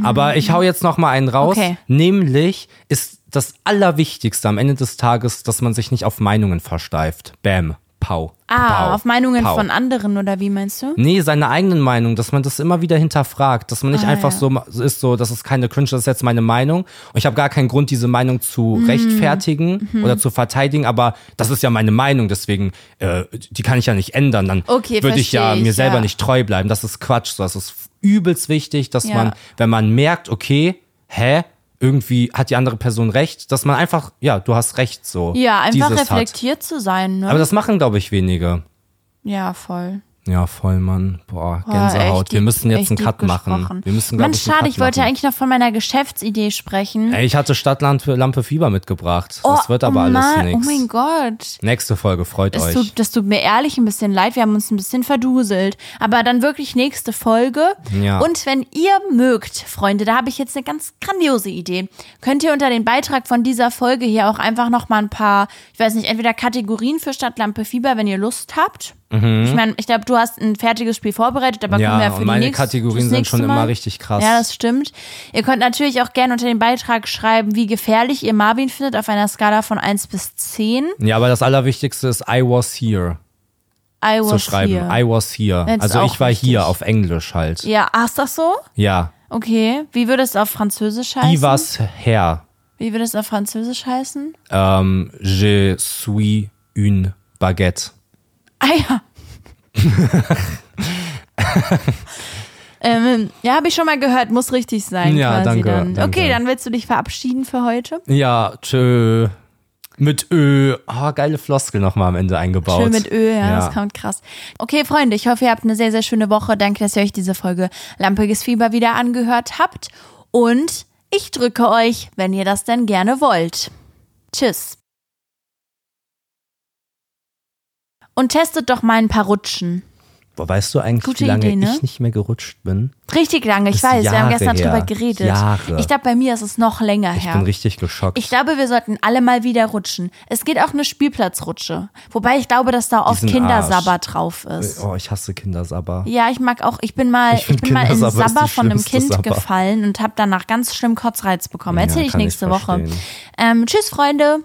Speaker 2: Aber ich hau jetzt noch mal einen raus,
Speaker 1: Okay.
Speaker 2: nämlich ist das Allerwichtigste am Ende des Tages, dass man sich nicht auf Meinungen versteift. Bam. Pau.
Speaker 1: Ah,
Speaker 2: Pau.
Speaker 1: auf Meinungen
Speaker 2: Pau.
Speaker 1: von anderen oder wie meinst du?
Speaker 2: Nee, seine eigenen Meinung, dass man das immer wieder hinterfragt, dass man nicht
Speaker 1: Ah,
Speaker 2: einfach
Speaker 1: ja.
Speaker 2: so ma- so ist, so, das ist keine Cringe, das ist jetzt meine Meinung. Und ich habe gar keinen Grund, diese Meinung zu
Speaker 1: Mhm.
Speaker 2: rechtfertigen oder zu verteidigen, aber das ist ja meine Meinung, deswegen, äh, die kann ich ja nicht ändern. Dann
Speaker 1: Okay,
Speaker 2: würde ich ja
Speaker 1: verstehe ich,
Speaker 2: mir selber
Speaker 1: ja.
Speaker 2: nicht treu bleiben. Das ist Quatsch. So, Das ist übelst wichtig, dass
Speaker 1: Ja.
Speaker 2: man, wenn man merkt, okay, hä? Irgendwie hat die andere Person recht, dass man einfach, ja, du hast recht, so.
Speaker 1: Ja, einfach
Speaker 2: dieses hat.
Speaker 1: reflektiert zu sein, ne?
Speaker 2: Aber das machen, glaube ich, wenige.
Speaker 1: ja, voll.
Speaker 2: Ja, voll, Mann. Boah,
Speaker 1: Boah,
Speaker 2: Gänsehaut.
Speaker 1: Oh, echt
Speaker 2: wir
Speaker 1: deep-
Speaker 2: müssen jetzt
Speaker 1: echt
Speaker 2: einen Cut
Speaker 1: deep
Speaker 2: machen.
Speaker 1: gesprochen.
Speaker 2: Wir müssen, glaub
Speaker 1: Mann,
Speaker 2: einen
Speaker 1: schade,
Speaker 2: Cut
Speaker 1: ich wollte ja
Speaker 2: machen.
Speaker 1: eigentlich noch von meiner Geschäftsidee sprechen.
Speaker 2: Ey, ich hatte Stadtlampe Lampe Fieber mitgebracht. das wird aber
Speaker 1: oh
Speaker 2: alles
Speaker 1: Mann, Oh
Speaker 2: nichts.
Speaker 1: mein Gott.
Speaker 2: Nächste Folge, freut
Speaker 1: Das
Speaker 2: euch.
Speaker 1: tut, das tut mir ehrlich ein bisschen leid, wir haben uns ein bisschen verduselt. Aber dann wirklich nächste Folge.
Speaker 2: Ja.
Speaker 1: Und wenn ihr mögt, Freunde, da habe ich jetzt eine ganz grandiose Idee. Könnt ihr unter den Beitrag von dieser Folge hier auch einfach nochmal ein paar, ich weiß nicht, entweder Kategorien für Stadtlampe Fieber, wenn ihr Lust habt. Ich meine, ich glaube, du hast ein fertiges Spiel vorbereitet, aber
Speaker 2: Mhm. Ja,
Speaker 1: können wir ja für
Speaker 2: und
Speaker 1: die
Speaker 2: meine
Speaker 1: nächste,
Speaker 2: Kategorien
Speaker 1: das
Speaker 2: sind
Speaker 1: nächste
Speaker 2: schon immer
Speaker 1: Mal.
Speaker 2: richtig krass.
Speaker 1: Ja, das stimmt. Ihr könnt natürlich auch gerne unter den Beitrag schreiben, wie gefährlich ihr Marvin findet auf einer Skala von 1 bis 10.
Speaker 2: ja, aber das Allerwichtigste ist I was here
Speaker 1: I
Speaker 2: zu
Speaker 1: was
Speaker 2: schreiben.
Speaker 1: here.
Speaker 2: I was here.
Speaker 1: Jetzt
Speaker 2: also ich
Speaker 1: auch
Speaker 2: war
Speaker 1: richtig.
Speaker 2: hier auf Englisch halt.
Speaker 1: Ja, ach, ist das so?
Speaker 2: Ja.
Speaker 1: Okay. Wie würde es auf Französisch heißen?
Speaker 2: I was her.
Speaker 1: Wie würde es auf Französisch heißen?
Speaker 2: Ähm, je suis une baguette.
Speaker 1: Ah ja. ähm, ja, habe ich schon mal gehört. Muss richtig sein.
Speaker 2: Ja,
Speaker 1: quasi
Speaker 2: danke,
Speaker 1: Dann.
Speaker 2: danke.
Speaker 1: Okay, dann willst du dich verabschieden für heute.
Speaker 2: Ja, tschö. Mit Ö. Ah, geile Floskel nochmal am Ende eingebaut.
Speaker 1: Schön mit Öl, ja,
Speaker 2: Ja.
Speaker 1: das kommt krass. Okay, Freunde, ich hoffe, ihr habt eine sehr, sehr schöne Woche. Danke, dass ihr euch diese Folge Lampiges Fieber wieder angehört habt. Und ich drücke euch, wenn ihr das denn gerne wollt. Tschüss. Und testet doch mal ein paar Rutschen.
Speaker 2: Boah, weißt du eigentlich,
Speaker 1: Gute
Speaker 2: wie lange
Speaker 1: Idee, ne?
Speaker 2: ich nicht mehr gerutscht bin?
Speaker 1: Richtig lange, ich
Speaker 2: Das ist
Speaker 1: weiß, wir haben
Speaker 2: Jahre
Speaker 1: gestern
Speaker 2: her.
Speaker 1: drüber geredet.
Speaker 2: Jahre.
Speaker 1: Ich glaube, bei mir ist es noch länger
Speaker 2: Ich
Speaker 1: her.
Speaker 2: bin richtig geschockt.
Speaker 1: Ich glaube, wir sollten alle mal wieder rutschen. Es geht auch eine Spielplatzrutsche. Wobei ich glaube, dass da oft
Speaker 2: Diesen
Speaker 1: Kindersabbat drauf ist.
Speaker 2: oh, ich hasse Kindersabba.
Speaker 1: Ja, ich mag auch, ich bin mal, ich
Speaker 2: find
Speaker 1: bin mal in
Speaker 2: Kindersabber ist die
Speaker 1: Sabber von einem
Speaker 2: schlimmste
Speaker 1: Kind
Speaker 2: Sabber.
Speaker 1: gefallen und habe danach ganz schlimm Kotzreiz bekommen.
Speaker 2: Ja,
Speaker 1: Erzähle ich
Speaker 2: kann ich
Speaker 1: nächste Woche.
Speaker 2: verstehen.
Speaker 1: Ähm, tschüss, Freunde.